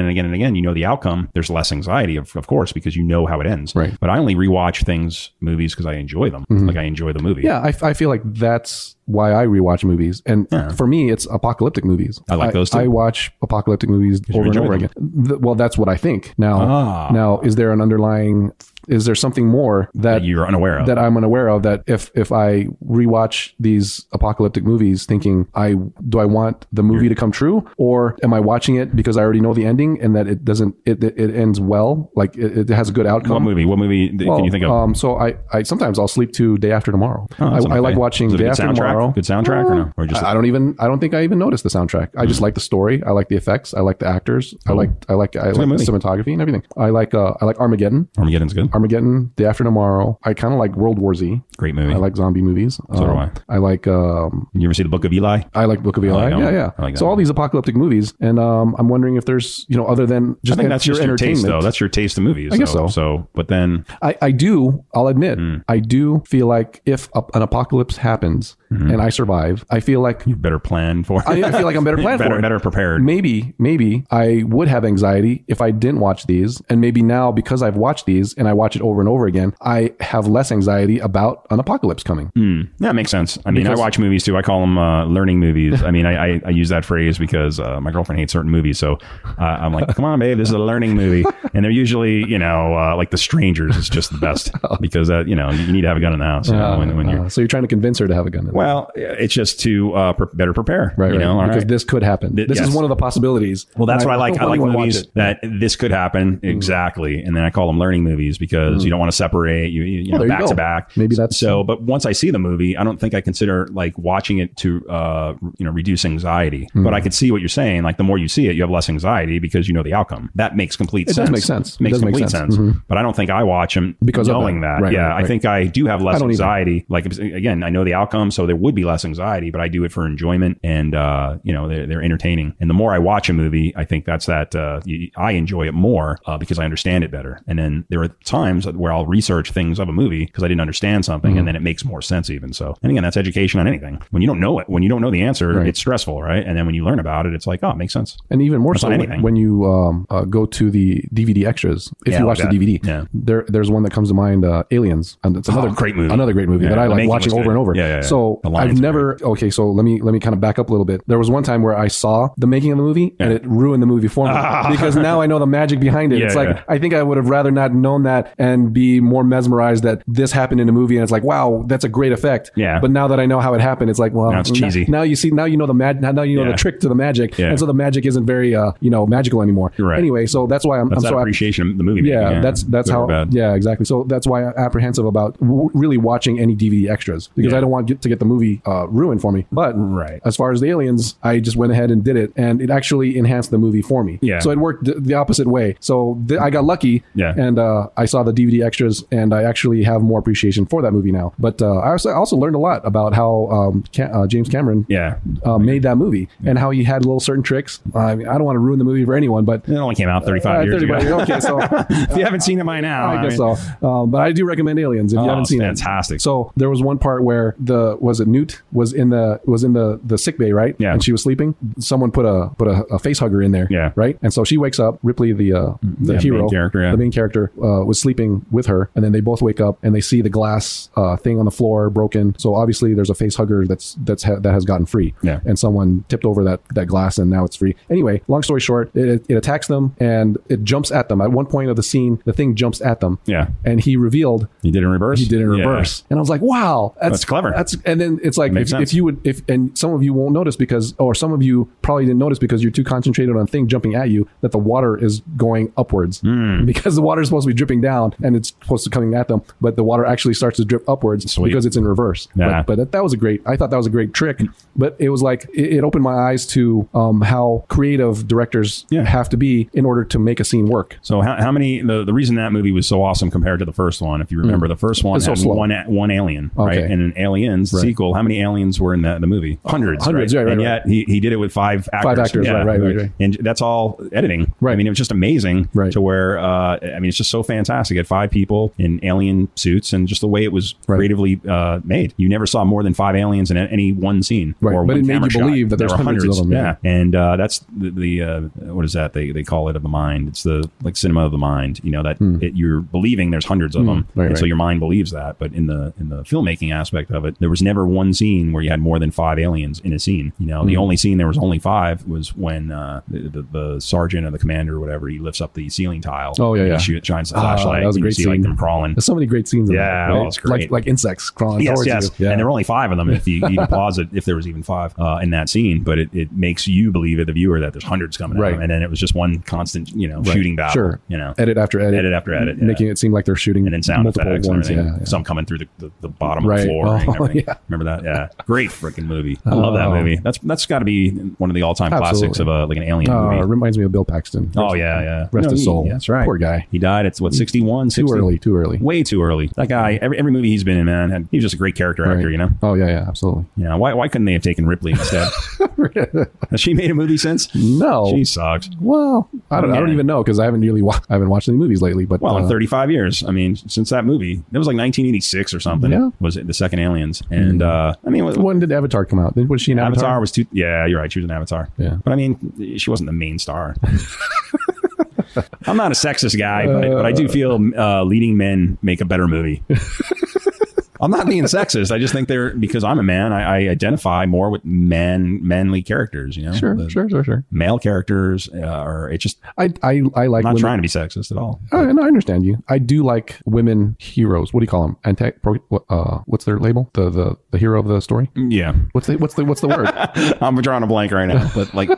D: and again and again, you know the outcome. There's less anxiety, of, of course, because you know how it ends.
C: Right. Mm-hmm.
D: But I only rewatch things, movies, because I enjoy them. Like I enjoy the movie.
C: Yeah, I, I feel like that's why I rewatch movies. And for me, it's apocalyptic movies.
D: I like those too.
C: I watch apocalyptic movies over and
D: enjoy
C: over
D: them.
C: again. Th- well, that's what I think. Now,
D: Ah.
C: now is there an underlying? Is there something more that,
D: That you're unaware of.
C: that I'm unaware of? That if if I rewatch these apocalyptic movies, thinking I do I want the movie to come true, or am I watching it because I already know the ending and that it doesn't it it, it ends well, like it, it has a good outcome?
D: what movie? What movie th-
C: Well,
D: can you think of?
C: Um, so I, I sometimes I'll sleep to day after tomorrow.
D: Oh,
C: I,
D: that's
C: I like
D: okay.
C: watching
D: Is it a
C: day
D: good
C: after
D: soundtrack?
C: tomorrow. Uh,
D: Good soundtrack or no? Or just Hmm.
C: I, I don't even I don't think I even noticed the soundtrack. I just like the story. I like the effects. I like the actors. I like I like I like the
D: movie.
C: cinematography and everything. I like uh, I like Armageddon.
D: Armageddon's good.
C: Armageddon, Day After Tomorrow. I kind of like World War Z.
D: Great movie.
C: I like zombie movies. So
D: do I.
C: I like um,
D: you ever see the Book of Eli?
C: I like Book of Eli.
D: like that
C: yeah,
D: one.
C: yeah.
D: I like that
C: so all
D: one.
C: these apocalyptic movies, and um, I'm wondering if there's you know other than just
D: I think that's
C: pure
D: just your taste,
C: entertainment.
D: though. That's your taste of movies.
C: I guess
D: though.
C: so.
D: So, but then
C: I, I do, I'll admit,
D: Hmm.
C: I do feel like if a, an apocalypse happens
D: Hmm.
C: and I survive, I feel like
D: better plan for.
C: I,
D: (laughs)
C: I feel like I'm better planned
D: better,
C: for it.
D: better prepared.
C: Maybe, maybe I would have anxiety if I didn't watch these. And maybe now because I've watched these and I watch it over and over again, I have less anxiety about an apocalypse coming.
D: That Hmm. makes sense. I mean, I watch movies too. I call them uh, learning movies. I mean, I, I, I use that pphrase because uh, my girlfriend hates certain movies. So uh, I'm like, come on, babe, this is a learning movie. And they're usually, you know, uh, like The Strangers is just the
C: (laughs)
D: best because, uh, you know, you need to have a gun in the house you know, Oh, when, when you're.
C: Oh. Uh, so you're trying to convince her to have a gun. In there.
D: Well, it's just to uh, pre- better prepare.
C: right,
D: You
C: right.
D: know, all
C: because
D: right.
C: this could happen.
D: Th-
C: this is
D: yes.
C: one of the possibilities.
D: Well, that's
C: And
D: why I like. I
C: really
D: like
C: wanna watch
D: movies
C: it. Mm-hmm.
D: that this could happen exactly, and then I call them learning movies because you don't want to separate you you, you know
C: there you
D: back
C: go.
D: to back.
C: Maybe that's-
D: so. But once I see the movie, I don't think I consider like watching it to uh, you know reduce anxiety. But
C: Mm-hmm.
D: I could see what you're saying. Like the more you see it, you have less anxiety because you know the outcome. That makes complete
C: does
D: sense.
C: make sense. It
D: Makes
C: does make
D: complete
C: sense. Mm-hmm.
D: sense. But I don't think I watch them
C: Because of
D: knowing
C: that.
D: that.
C: Right,
D: yeah,
C: right, right.
D: I think I do have less
C: don't either.
D: anxiety. Like if- again, I know the outcome, so there would be less anxiety, but I do it for enjoyment and uh, you know they're, they're entertaining. And the more I watch a movie, I think that's that uh, you, I enjoy it more uh, because I understand it better. And then there are times where I'll research things of a movie because I didn't understand something,
C: Mm-hmm.
D: and then it makes more sense even. So, and again, that's education on anything. When you don't know it, when you don't know the answer, it's stressful, right? And then when you learn about it, it's like, oh, it makes sense.
C: And even more so
D: not
C: when,
D: anything.
C: when you um, uh, go to the DVD extras, if
D: Yeah,
C: you
D: I
C: watch
D: like
C: the
D: that.
C: DVD,
D: Yeah.
C: there there's one that comes to mind, uh, Aliens, and it's another
D: Oh, great movie.
C: another great movie
D: Yeah,
C: that I
D: the
C: like
D: making
C: watching
D: was
C: over
D: good.
C: and over.
D: Yeah, yeah, yeah.
C: So
D: The lines
C: I've
D: were
C: never okay. So let me let me kind of back up a little bit. There was one time where I saw the making of the movie and it ruined the movie
D: (laughs)
C: for me because now I know the magic behind it.
D: Yeah,
C: it's like
D: yeah.
C: I think I would have rather not known that and be more mesmerized that this happened in a movie and it's like wow that's a great effect.
D: Yeah.
C: But now that I know how it happened, it's like well
D: Now it's cheesy.
C: Now, you see now you know the mag- now you know the
D: Yeah.
C: trick to the magic
D: Yeah.
C: and so the magic isn't very uh, you know magical anymore.
D: Right.
C: Anyway, so that's why I'm,
D: That's
C: I'm
D: that
C: so
D: appreciation of the movie.
C: yeah,
D: making,
C: that's that's
D: Good or
C: how.
D: bad.
C: Yeah, exactly. So that's why I'm apprehensive about w- really watching any DVD extras because
D: Yeah.
C: I don't want get, to get the movie uh, ruined for me. But
D: Right.
C: as far as the aliens, I just went ahead and did it, and it actually enhanced the movie for me.
D: Yeah.
C: So it worked th- the opposite way. So th- I got lucky.
D: Yeah.
C: And uh, I saw the DVD extras, and I actually have more appreciation for that movie now. But uh, I also, I also learned a lot about how um, Ca- uh, James Cameron.
D: yeah.
C: Uh, made that movie and how he had little certain tricks. I mean, I don't want to ruin the movie for anyone, but
D: It only came out 35
C: uh,
D: years
C: 35
D: ago. (laughs)
C: Okay, so
D: if you haven't seen it by now,
C: I guess
D: mean-
C: so. Um, but I do recommend Aliens if you
D: Oh,
C: haven't
D: it's
C: seen it.
D: fantastic.
C: So there was one part where the was it it Newt was in the was in the the sick bay, right?
D: Yeah.
C: And she was sleeping. Someone put a put a, a face hugger in there.
D: Yeah. Mm-hmm.
C: Right. And so she wakes up. Ripley, the uh, the
D: Yeah,
C: hero,
D: main character, yeah.
C: the main character, uh, was sleeping with her, and then they both wake up and they see the glass uh, thing on the floor broken. So obviously there's a face hugger that's that's ha- that has gotten free.
D: Yeah.
C: And someone tipped over that that glass, and now it's free. Anyway, long story short, it, it attacks them and it jumps at them. At one point of the scene, the thing jumps at them.
D: Yeah.
C: And he revealed
D: He did it in reverse.
C: he did it in
D: Yeah.
C: reverse. And I was like, wow, that's,
D: That's clever.
C: That's and then it's like
D: Makes
C: if,
D: sense.
C: if you would if and some of you won't notice because or some of you probably didn't notice because you're too concentrated on thing jumping at you that the water is going upwards
D: Hmm.
C: (laughs) because the water is supposed to be dripping down and it's supposed to coming at them, but the water actually starts to drip upwards
D: Sweet.
C: because it's in reverse.
D: Yeah.
C: But, but that, that was a great. I thought that was a great trick. But it was like it, it opened my eyes to um, how creative directors
D: Yeah.
C: have to be in order to make a scene work.
D: So how, how many the, the reason that movie was so awesome compared to the first one, if you remember, the first one
C: Mm. It's so
D: had
C: slow.
D: one a- one alien, right?
C: Okay. Uh,
D: And an aliens sequel. How many aliens were in the, the movie? Hundreds,
C: Hundreds, right, right,
D: and
C: right.
D: yet he, he did it with five actors,
C: actors, right, right, right, right.
D: And that's all editing,
C: Right.
D: I mean, it was just amazing,
C: Right.
D: To where uh, I mean, it's just so fantastic. At five people in alien suits, and just the way it was
C: Right.
D: creatively uh, made, you never saw more than five aliens in a- any one scene,
C: Right.
D: Or
C: But
D: one
C: it made
D: camera
C: you
D: shot.
C: believe that
D: There
C: there's
D: were
C: hundreds of them, yeah.
D: and uh, that's the, the uh, what is that they they call it of the mind it's the like cinema of the mind you know that it, you're believing there's hundreds of them
C: Hmm. Right,
D: and so
C: right.
D: your mind believes that but in the in the filmmaking aspect of it there was never one scene where you had more than five aliens in a scene you know
C: Hmm.
D: the only scene there was only five was when uh, the, the, the sergeant or the commander or whatever he lifts up the ceiling tile
C: Oh, yeah,
D: and he
C: yeah.
D: shoot- shines the
C: Ah,
D: flashlight
C: that was a
D: and you
C: great
D: see like
C: scene.
D: them crawling
C: There's so many great scenes. in
D: Yeah,
C: that,
D: oh, it's great.
C: Like like insects crawling
D: Yes,
C: towards
D: yes.
C: you.
D: And there were only five of them if you,
C: (laughs)
D: you deposit, if there was even five uh, in that scene. But it, it makes you believe at the viewer that there's hundreds coming at
C: Right.
D: them. And then it was just one constant, you know, shooting battle.
C: Sure.
D: You know,
C: edit after edit,
D: Edit after edit, yeah.
C: making it seem like they're shooting
D: and then sound
C: multiple
D: effects and
C: ones.
D: everything.
C: Yeah, yeah.
D: Some coming through the, the, the bottom of
C: Right.
D: the floor. and
C: (laughs) Oh,
D: everything.
C: yeah.
D: Remember that? Yeah. Great freaking movie. I love that
C: (laughs) Oh.
D: movie. That's That's got to be one of the all time classics
C: Absolutely.
D: of a, like an alien
C: Uh,
D: movie.
C: reminds me of Bill Paxton.
D: Oh yeah, yeah.
C: Rest
D: No,
C: his
D: he-
C: soul.
D: That's right.
C: Poor guy.
D: He died at what 61,
C: Too
D: 60?
C: early. Too early.
D: Way too early. That guy. Every, every movie he's been in, man, had, he was just a great character actor.
C: Right.
D: You know.
C: Oh yeah, yeah, absolutely.
D: Yeah, why, why couldn't they have taken Ripley instead? Has she made a movie since?
C: No.
D: She sucks.
C: Well, I don't. I don't
D: Okay.
C: even know because I haven't really. Wa- I haven't watched any movies lately. But
D: Well, in
C: uh,
D: 35 years. I mean, since that movie, that was like 1986 or something.
C: Yeah.
D: Was it the second Aliens? And uh, I mean, what,
C: when did Avatar come out? Was she an
D: Avatar?
C: Avatar?
D: was too. Yeah, you're right. She was an Avatar.
C: Yeah.
D: But I mean, she wasn't the main star. I'm not a sexist guy, but, but I do feel uh, leading men make a better movie. I'm not being sexist. I just think they're because I'm a man. I, I identify more with man, manly characters. You know,
C: Sure,
D: The-
C: sure, sure, sure.
D: male characters uh, or it just
C: I, I, I
D: I'm not
C: like. women.
D: trying to be sexist at all.
C: Oh, no, I understand you. I do like women heroes. What do you call them? Anti. Pro- what, uh, what's their label? The the the hero of the story.
D: Yeah.
C: What's the what's the what's the word?
D: (laughs) I'm drawing a blank right now, but
C: (laughs)
D: like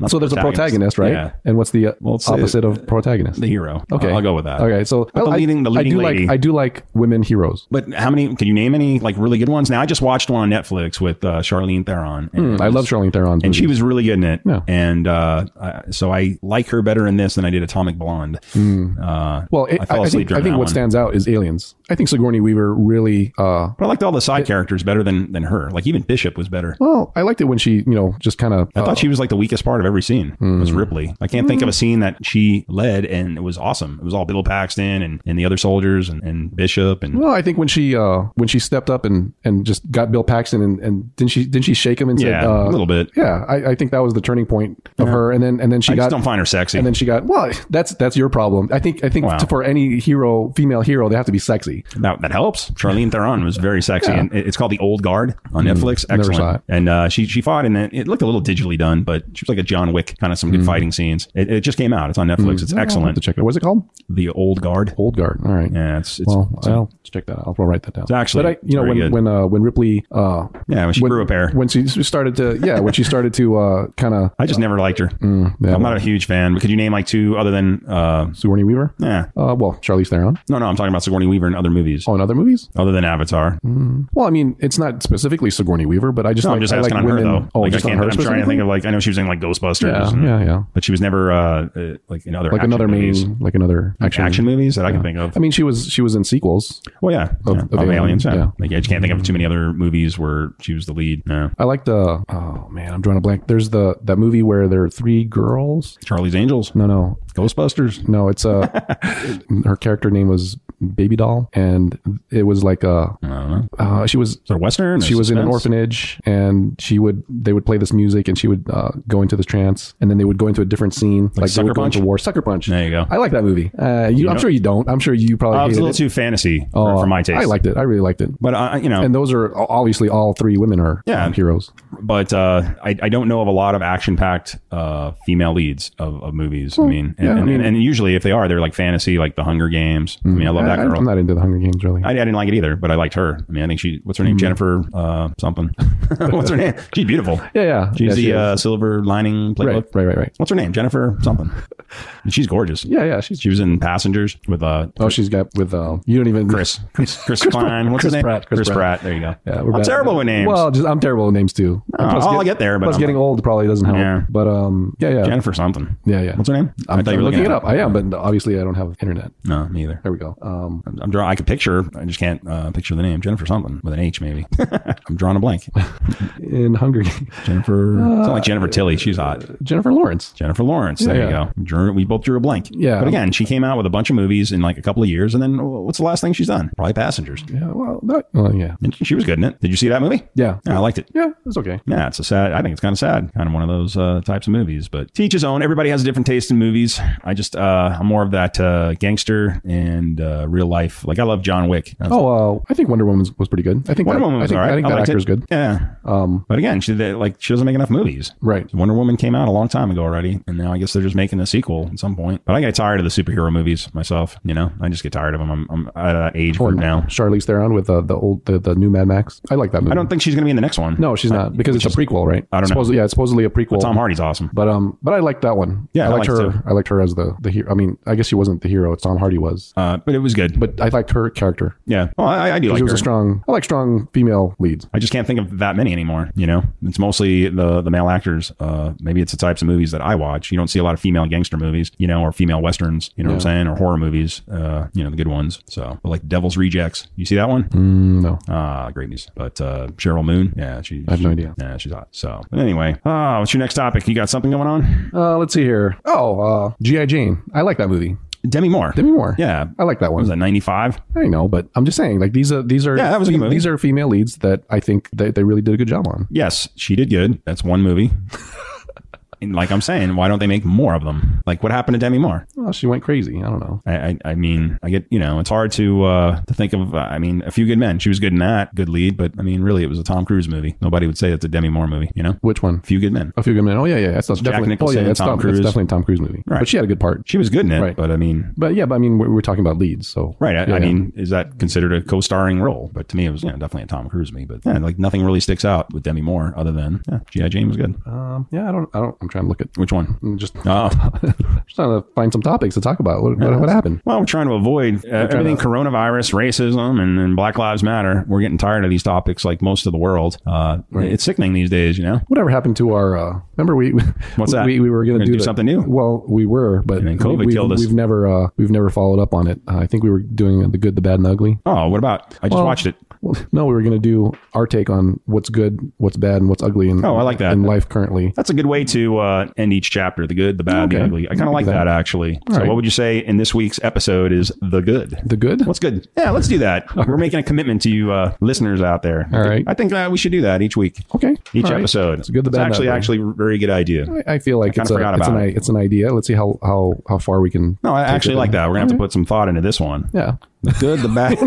D: not
C: so there's a protagonist, right?
D: Yeah.
C: And what's the uh,
D: Well, it's, uh,
C: opposite of protagonist?
D: The hero.
C: Okay,
D: I'll, I'll go with that.
C: Okay, so
D: But the
C: I-
D: leading- the leading
C: I do
D: lady.
C: like I do like women heroes.
D: But how many can you name any like really good ones? Now I just watched one on Netflix with uh, Charlene Theron. And
C: Mm, I love Charlize Theron's
D: Hmm. and she
C: movies.
D: was really good in it.
C: Yeah.
D: And uh, I, so I like her better in this than I did Atomic Blonde.
C: Mm.
D: Uh,
C: well. It,
D: I
C: I,
D: fell
C: I
D: asleep
C: think,
D: during
C: I think
D: that
C: what
D: one.
C: stands out is Aliens. I think Sigourney Weaver really. Uh,
D: but I liked all the side characters better than than her. Like even Bishop was better.
C: well, I liked it when she you know just uh, kind of.
D: I thought she was like the weakest part of every scene was
C: Hmm.
D: Ripley. I can't think of a scene that she led and it was awesome. It was all Bill Paxton and, and the other soldiers and, and Bishop and
C: Well, I think when she uh, when she stepped up and, and just got Bill Paxton and, and didn't she didn't she shake him and
D: yeah,
C: said uh,
D: a little bit.
C: yeah I, I think that was the turning point of her and then and then she
D: I just
C: got
D: don't find her sexy.
C: and then she got well that's that's your problem I think I think
D: Wow.
C: t- for any hero female hero they have to be sexy
D: that, that helps. Charlene Theron was very sexy, and it- it's called The Old Guard on Netflix. Excellent.
C: Hmm. saw it.
D: And uh, she she fought, and it, it looked a little digitally done, but she was like a John Wick kind of some
C: Hmm.
D: good fighting scenes. It, it just came out. It's on Netflix. It's
C: I'll have
D: excellent.
C: to check it what's it called
D: The Old Guard.
C: Old Guard all right
D: Yeah, it's, it's
C: well I'll check that out I'll write that down
D: actually
C: but I, you know
D: very
C: when
D: good.
C: when uh, when Ripley uh,
D: yeah. When she grew a pair,
C: when she started to yeah when she started to uh, kind of
D: (laughs) I just never liked her.
C: Hmm.
D: I'm not a huge fan. But could you name like two other than? Uh,
C: Sigourney Weaver
D: yeah,
C: uh, well Charlize Theron
D: No, no, I'm talking about Sigourney Weaver and other movies
C: oh in other movies
D: other than Avatar.
C: well I mean it's not specifically Sigourney Weaver but I just
D: No,
C: Mm-hmm.
D: I'm
C: like,
D: just
C: I like
D: asking on
C: women
D: her though.
C: oh
D: like,
C: just
D: I
C: on
D: can't.
C: her
D: I'm trying to
C: specifically?
D: think of like I know she was in like Ghostbusters, and-
C: yeah yeah yeah
D: but she was never uh, uh, like in other
C: like
D: action
C: another
D: movies.
C: main like another action
D: action movies that I can think of.
C: I mean she was she was in sequels
D: well, yeah,
C: Of-
D: yeah.
C: of
D: Of aliens.
C: Aliens,
D: yeah.
C: yeah.
D: Like I just can't think of too many other movies where she was the lead. No,
C: I like the oh man, I'm drawing a blank. There's the that movie where there are three girls.
D: Charlie's Angels,
C: No, no,
D: Ghostbusters. (laughs)
C: no. It's uh, her character name was baby doll, and it was like a
D: I don't know.
C: uh, she
D: Is
C: was
D: it a Western? or
C: she was in an
D: suspense?
C: orphanage and she would they would play this music and she would uh, go into this trance and then they would go into a different scene like, they
D: Sucker
C: would go
D: Punch?
C: into war sucker punch
D: There you go.
C: i like that movie uh, you, i'm
D: don't?
C: sure you don't i'm sure you probably
D: Uh, it was a
C: hated
D: little too
C: it.
D: fantasy for-
C: Oh,
D: for my taste.
C: i liked it i really liked it
D: but I, I- you know,
C: and those are o- obviously all three women are
D: Yeah.
C: um, heroes
D: but uh, I, I don't know of a lot of action-packed uh, female leads of, of movies. I mean, and,
C: Hmm. yeah, I
D: and,
C: mean-
D: and usually if they are, they're like fantasy, like The Hunger Games. I mean, I love that
C: Hmm. I,
D: girl.
C: am not into the hunger games really
D: I, I didn't like it either, but I liked her. I mean, I think she, what's her
C: Hmm.
D: name? Jennifer uh, something. (laughs) what's her name? She's beautiful.
C: yeah yeah
D: She's
C: Yeah,
D: the
C: she is.
D: uh, silver lining playbook.
C: right right right right
D: What's her name? Jennifer something. And she's gorgeous.
C: yeah yeah she's
D: She was in Passengers with uh,
C: oh she's got with uh, you don't even
D: Chris. Chris, Chris Klein. What's
C: Chris
D: his name?
C: Pratt. Chris
D: Chris Pratt.
C: Pratt.
D: There you go.
C: Yeah, we're
D: I'm
C: bad.
D: terrible with names.
C: Well, just I'm terrible with names too.
D: Oh,
C: Plus
D: I'll
C: get-
D: get there, but
C: plus
D: I'm
C: getting
D: like-
C: old probably doesn't help.
D: Yeah.
C: But um, yeah, yeah,
D: Jennifer something.
C: yeah, yeah.
D: What's her name?
C: I'm,
D: thought
C: I'm
D: you were
C: looking it
D: at
C: up. I am, but obviously I don't have internet.
D: No, me either.
C: There we go. Um,
D: I'm, I'm drawing. I could picture. I just can't uh, picture the name. Jennifer something with an H,
C: (laughs)
D: maybe. I'm drawing a blank.
C: in Hunger Games, (laughs)
D: Jennifer. it's not like Jennifer Tilly. She's hot.
C: Jennifer Lawrence.
D: Jennifer Lawrence. There
C: Yeah.
D: you go. Drew, we both drew a blank.
C: Yeah.
D: But again, she came out with a bunch of movies in like a couple of years, and then wh- what's the last thing she's done? Probably Passengers.
C: Yeah, well, that, well, yeah,
D: And she was good in it. Did you see that movie?
C: yeah,
D: I liked it.
C: yeah. It's okay.
D: Yeah, it's a sad. I think it's kind of sad, kind of one of those uh, types of movies. But to each his own. Everybody has a different taste in movies. I just uh, I'm more of that uh, gangster and uh, real life. Like I love John Wick. That's-
C: Oh, uh, I think Wonder Woman was pretty good. I think
D: Wonder
C: that,
D: Woman
C: I
D: was
C: think,
D: all right.
C: I think that
D: liked it.
C: actor's good.
D: Yeah,
C: Um,
D: but again, she they, like she doesn't make enough movies.
C: right.
D: Wonder Woman came out a long time ago already, and now I guess they're just making a sequel at some point. But I get tired of the superhero movies myself. You know, I just get tired of them. I'm, I'm at an age
C: Or
D: where now
C: Charlize Theron with uh, the old the, the new Mad Max. I like that movie.
D: I don't think she's going to be in the next one.
C: No, she's not because it's a prequel, right?
D: I don't know.
C: supposedly, Yeah, it's supposedly a prequel.
D: But Tom Hardy's awesome.
C: But um, but I liked that one.
D: Yeah,
C: I
D: I
C: liked
D: liked it
C: her. I liked her as the the hero. I mean, I guess she wasn't the hero. It's Tom Hardy was,
D: Uh, but it was good.
C: but I liked her character.
D: yeah, well, I, I do like
C: she was
D: her.
C: a strong. I like strong female leads.
D: I just can't think of that many anymore. You know, it's mostly the the male actors. Uh, maybe it's the types of movies that I watch. You don't see a lot of female gangster movies, you know, or female westerns. You know what I'm saying? Or horror movies. Uh, you know, the good ones. So, but like Devil's Rejects. You see that one?
C: Mm, no,
D: Ah, great news. But uh, Cheryl Moon. Yeah, she.
C: I have no idea.
D: Yeah, she's hot. So, but anyway, ah, what's your next topic? You got something going on?
C: Uh, let's see here. Oh, uh, GI Jane. I like that movie.
D: Demi Moore.
C: Demi Moore.
D: Yeah.
C: I like that
D: What was
C: one.
D: that? Ninety five.
C: I know, but I'm just saying, like these are these are
D: Yeah, that was a good movie.
C: these are female leads that I think they, they really did a good job on.
D: Yes, she did good. That's one movie. (laughs) And like I'm saying, why don't they make more of them? Like what happened to Demi Moore?
C: Well, Oh, she went crazy. I don't know.
D: I, I, I mean, I get you know, it's hard to uh, to think of. Uh, I mean, a few good men. She was good in that, good lead. But I mean, really, it was a Tom Cruise movie. Nobody would say it's a Demi Moore movie. You know,
C: Which one?
D: a few good men.
C: A few good men. Oh yeah, yeah. That's that's definitely. oh
D: Nicholson,
C: yeah, that's
D: Tom
C: Tom,
D: Cruise.
C: That's definitely a Tom Cruise movie.
D: Right.
C: But she had a good part.
D: She was good in it,
C: Right.
D: but I mean,
C: But yeah, but I mean, we- we're talking about leads, so
D: right? I,
C: Yeah,
D: I
C: yeah.
D: mean, is that considered a co-starring role? But to me, it was you know, definitely a Tom Cruise movie. But yeah, like nothing really sticks out with Demi Moore other than yeah, GI Jane was good.
C: Um, yeah, I don't, I don't. I'm trying to look at
D: Which one?
C: I'm just,
D: Oh,
C: just trying to find some topics to talk about. What, what, what happened?
D: well, we're trying to avoid uh, everything coronavirus, racism, and, and Black Lives Matter. We're getting tired of these topics, like most of the world. Uh, It's sickening these days, you know.
C: Whatever happened to our? Uh, remember we? (laughs)
D: What's that?
C: We, we were going
D: Gonna
C: to do,
D: do
C: the-
D: something new.
C: Well, we were, but
D: And then COVID
C: we, we've-
D: killed us.
C: We've never, uh, we've never followed up on it. Uh, I think we were doing the good, the bad, and the ugly.
D: Oh, what about? I just
C: Well,
D: watched it.
C: Well, (laughs) no, we were going to do our take on what's good, what's bad, and what's ugly. In,
D: Oh, I like that.
C: In life currently,
D: That's a good way to uh, end each chapter: the good, the bad, the
C: Okay.
D: ugly. I kind of like that, actually. so,
C: right.
D: what would you say in this week's episode is the good?
C: the good.
D: What's good? Yeah, let's do that. We're making a commitment to you uh, listeners out there. I
C: All right.
D: think, I think uh, we should do that each week,
C: okay.
D: each
C: All right.
D: episode.
C: It's good, the bad, and
D: actually
C: ugly.
D: actually a very good idea.
C: I I feel like
D: kinda
C: it's, a,
D: forgot
C: it's, an,
D: about
C: i-
D: it.
C: it's an idea. Let's see how how how far we can.
D: No, I actually like that. We're gonna have to put some thought into this one.
C: Yeah.
D: The good, the bad.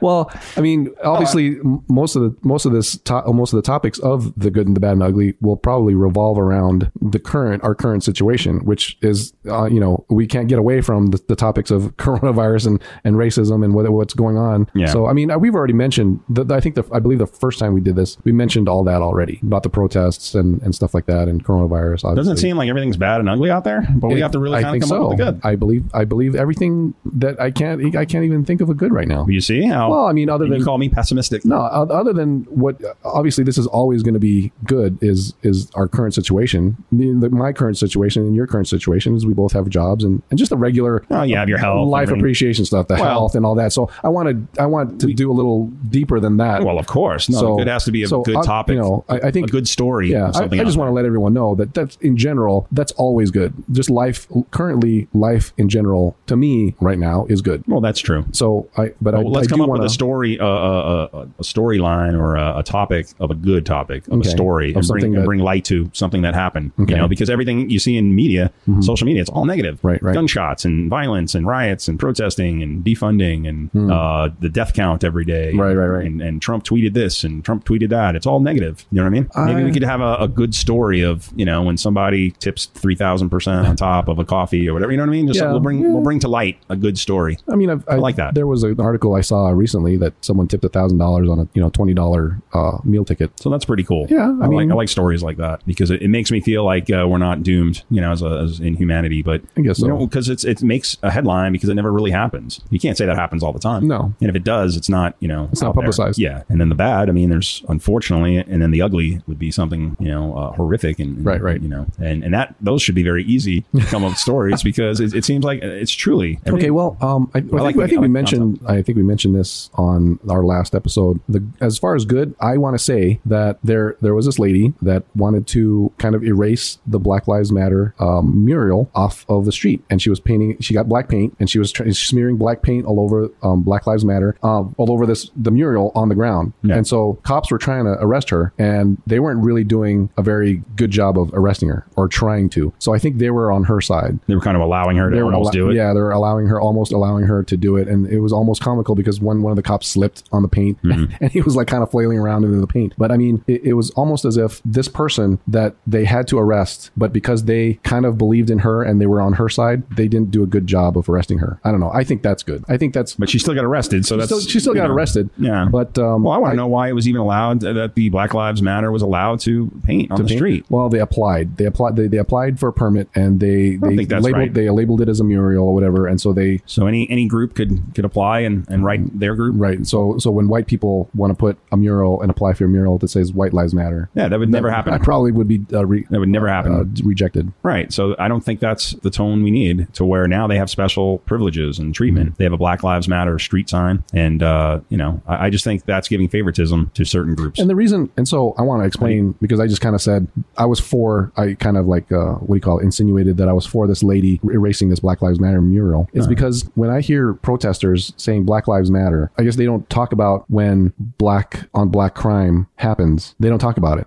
C: Well, I mean, obviously, m most of the most of this to- most of the topics of the good and the bad and ugly will probably revolve around the current our current situation, which is uh, you know we can't get away from the, the topics of (laughs) coronavirus and, and racism and what, what's going on.
D: Yeah.
C: So I mean, I- we've already mentioned. The, the- I think the, I believe the first time we did this, we mentioned all that already about the protests and, and stuff like that and coronavirus.
D: (laughs)
C: Obviously.
D: Doesn't seem like everything's bad and ugly out there, but we have to really
C: I
D: kind of
C: think
D: come
C: so.
D: up with the good.
C: I believe I believe everything that I can't I can't even think of a good right now.
D: You see how?
C: Well, I mean, other than
D: you call me pessimistic.
C: no, o- other than what obviously this is always going to be good is is our current situation, The- the- my current situation and your current situation is we both have jobs and, and just the regular
D: Oh, you have your health,
C: life
D: everything.
C: appreciation stuff, the health and all that. So I want to I want to do a little deeper than that.
D: Well, of course. No,
C: so
D: good has to be a
C: so,
D: good
C: uh,
D: topic.
C: You know, I, I think
D: a good story.
C: yeah, I,
D: something
C: I
D: else.
C: just want to let everyone know that that's in general, that's always good. Just life, currently, life in general, to me right now is good.
D: Well, that's true.
C: So I, but I,
D: Well, let's
C: I
D: come
C: do
D: up
C: wanna,
D: with a story, uh, uh, uh, a storyline, or a, a topic of a good topic of
C: Okay.
D: a story,
C: Of
D: and
C: something
D: bring, and
C: that-
D: bring light to something that happened.
C: Okay. Mm-hmm.
D: You know, because everything you see in media, social media, it's all negative.
C: Right, right.
D: Gunshots and violence and riots and protesting and defunding and uh, the death count every day.
C: Hmm. Right, right, right.
D: And, and Trump tweeted this and Trump tweeted that. It's all negative. You know what I mean? Maybe
C: I-
D: we could have a, a good story of you know when somebody tips three thousand percent on top of a coffee or whatever. You know what I mean? Just
C: Yeah.
D: we'll bring we'll bring to light a good story.
C: I mean, I've, I,
D: like that.
C: There was an article I saw recently that someone tipped a thousand dollars on a you know twenty dollar uh, meal ticket.
D: So that's pretty cool.
C: Yeah, I
D: I,
C: mean-
D: like I like stories like that because it, it makes me feel like uh, we're not doomed, you know, as, a, as in humanity. But
C: I guess so.
D: you know, because it's it makes a headline because it never really happens. You can't say that happens all the time.
C: No.
D: and if it does, it's not you know
C: It's not
D: out there.
C: publicized.
D: Yeah, and then the bad. I mean, there's unfortunately, and then the ugly would be something you know uh, horrific and and,
C: Right, right.
D: You know, and and that those should be very easy to come up with stories
C: (laughs)
D: because it, it seems like it's truly
C: Okay, well, um, I, I, think,
D: like
C: I
D: the- I
C: think we
D: like the
C: mentioned I think we mentioned this on our last episode. The, as far as good, I want to say that there there was this lady that wanted to kind of erase the Black Lives Matter um, mural off of the street, and she was painting. She got black paint, and she was tr- smearing black paint all over um, Black Lives Matter, um, all over this the mural on the ground.
D: Yeah.
C: And so cops were trying to arrest her, and they weren't really doing a very good job of arresting her or trying to. So I think they were on her side
D: they were kind of allowing her to
C: were
D: almost
C: allo-
D: do it.
C: Yeah, they were allowing her, almost allowing her to do it, and it was almost comical because one one of the cops slipped on the paint,
D: Mm-hmm.
C: (laughs) and he was like kind of flailing around into the paint. But I mean, it, it was almost as if this person that they had to arrest, but because they kind of believed in her and they were on her side, they didn't do a good job of arresting her. I don't know. I think that's good. I think that's.
D: But she still got arrested, so
C: she
D: that's
C: still, she still
D: you
C: got
D: know.
C: arrested.
D: Yeah.
C: But um,
D: Well, I want to know why it was even allowed uh, that the Black Lives Matter was allowed to paint on the
C: paint?
D: street.
C: Well, they applied. They applied. They, they applied for a permit, and they they
D: think that's
C: labeled
D: right.
C: they labeled it as a mural or whatever. And so they
D: So any any group could could apply and, and write their group.
C: Mm-hmm. Right. So so when white people want to put a mural and apply for a mural that says "White Lives Matter,"
D: Yeah, that would never happen.
C: I probably would be uh, re-
D: that would never happen.
C: uh, rejected.
D: right. So I don't think that's the tone we need to where now they have special privileges and treatment.
C: Mm-hmm.
D: They have a Black Lives Matter street sign. And, uh, you know, I, I just think that's giving favoritism to certain groups.
C: And the reason, and so I want to explain because I just kind of said I was for. I kind of like uh, what do you call it? Insinuated that I was for this lady erasing this Black Lives Matter mural. Is because when I hear protesters saying Black Lives Matter, I guess they don't talk about when black on black crime happens. They don't talk about it.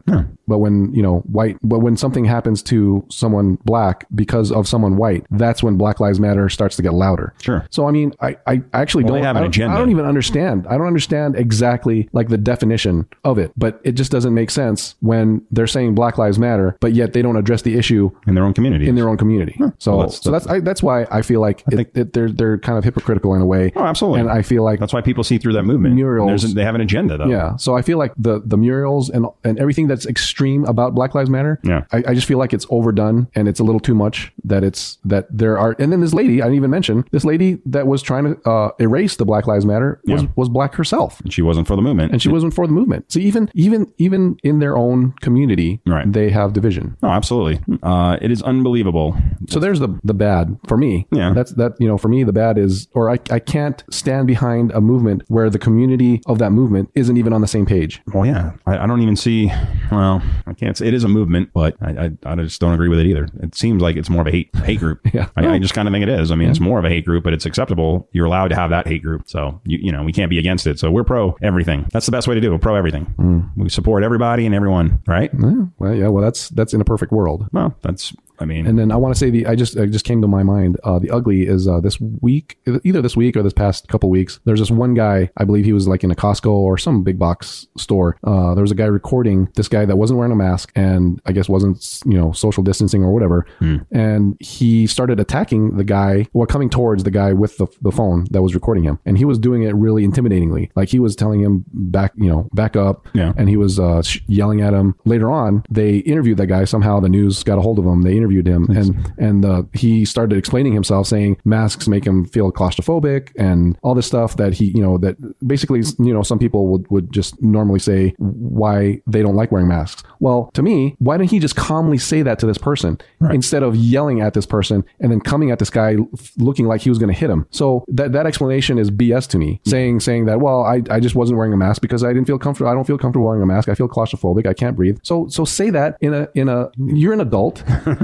C: But when you know white, but when something happens to someone black because of someone white, that's when Black Lives Matter starts to get louder.
D: Sure.
C: So I mean, I I actually
D: Well, they
C: don't
D: have
C: I
D: an
C: don't-
D: agenda.
C: I don't even even understand. I don't understand exactly like the definition of it, but it just doesn't make sense when they're saying Black Lives Matter, but yet they don't address the issue
D: in their own community.
C: in their own community. So,
D: Well, that's-
C: so that's I, that's why I feel like it, it, they're they're kind of hypocritical in a way.
D: Oh, absolutely.
C: And I feel like
D: that's why people see through that movement.
C: Murals.
D: There's a- they have an agenda, though.
C: yeah. So I feel like the the murals and and everything that's extreme about Black Lives Matter.
D: Yeah.
C: I, I just feel like it's overdone and it's a little too much. That it's that there are and then this lady I didn't even mention this lady that was trying to uh, erase the Black Lives Matter was
D: Yeah.
C: was black herself.
D: And she wasn't for the movement.
C: and she wasn't for the movement. So even even even in their own community,
D: Right.
C: they have division.
D: no, absolutely. Uh, it is unbelievable.
C: So there's the the bad for me.
D: Yeah.
C: that's that you know for me the bad is or I I can't stand behind a movement where the community of that movement isn't even on the same page.
D: Well, yeah, I, I don't even see. Well, I can't. Say, it is a movement, but I, I, I just don't agree with it either. It seems like it's more of a hate hate group.
C: (laughs) Yeah.
D: I, I just kind of think it is. I mean, it's more of a hate group, but it's acceptable. You're allowed to have that hate group, so you you know we can't be against it. So we're pro everything. That's the best way to do. it. We're pro everything.
C: Mm.
D: We support everybody and everyone, right?
C: Yeah, well, yeah, well that's that's in a perfect world.
D: Well, that's. I mean,
C: And then I want to say the I just it just came to my mind. Uh, the ugly is uh, this week, either this week or this past couple weeks. There's this one guy. I believe he was like in a Costco or some big box store. Uh, there was a guy recording this guy that wasn't wearing a mask and I guess wasn't you know social distancing or whatever. And he started attacking the guy, well coming towards the guy with the the phone that was recording him. And he was doing it really intimidatingly. Like he was telling him back you know back up.
D: Yeah.
C: And he was uh, sh- yelling at him. Later on, they interviewed that guy. Somehow the news got a hold of him. They interviewed him, and and uh, he started explaining himself, saying masks make him feel claustrophobic and all this stuff that he, you know, that basically, you know, some people would would just normally say why they don't like wearing masks. Well, to me, why didn't he just calmly say that to this person instead of yelling at this person and then coming at this guy f- looking like he was going to hit him? So that that explanation is BS to me. Saying saying that well, I I just wasn't wearing a mask because I didn't feel comfortable. I
D: (laughs)
C: don't feel comfortable wearing a mask. I feel claustrophobic. I can't breathe. So so say that in a in a you're an adult.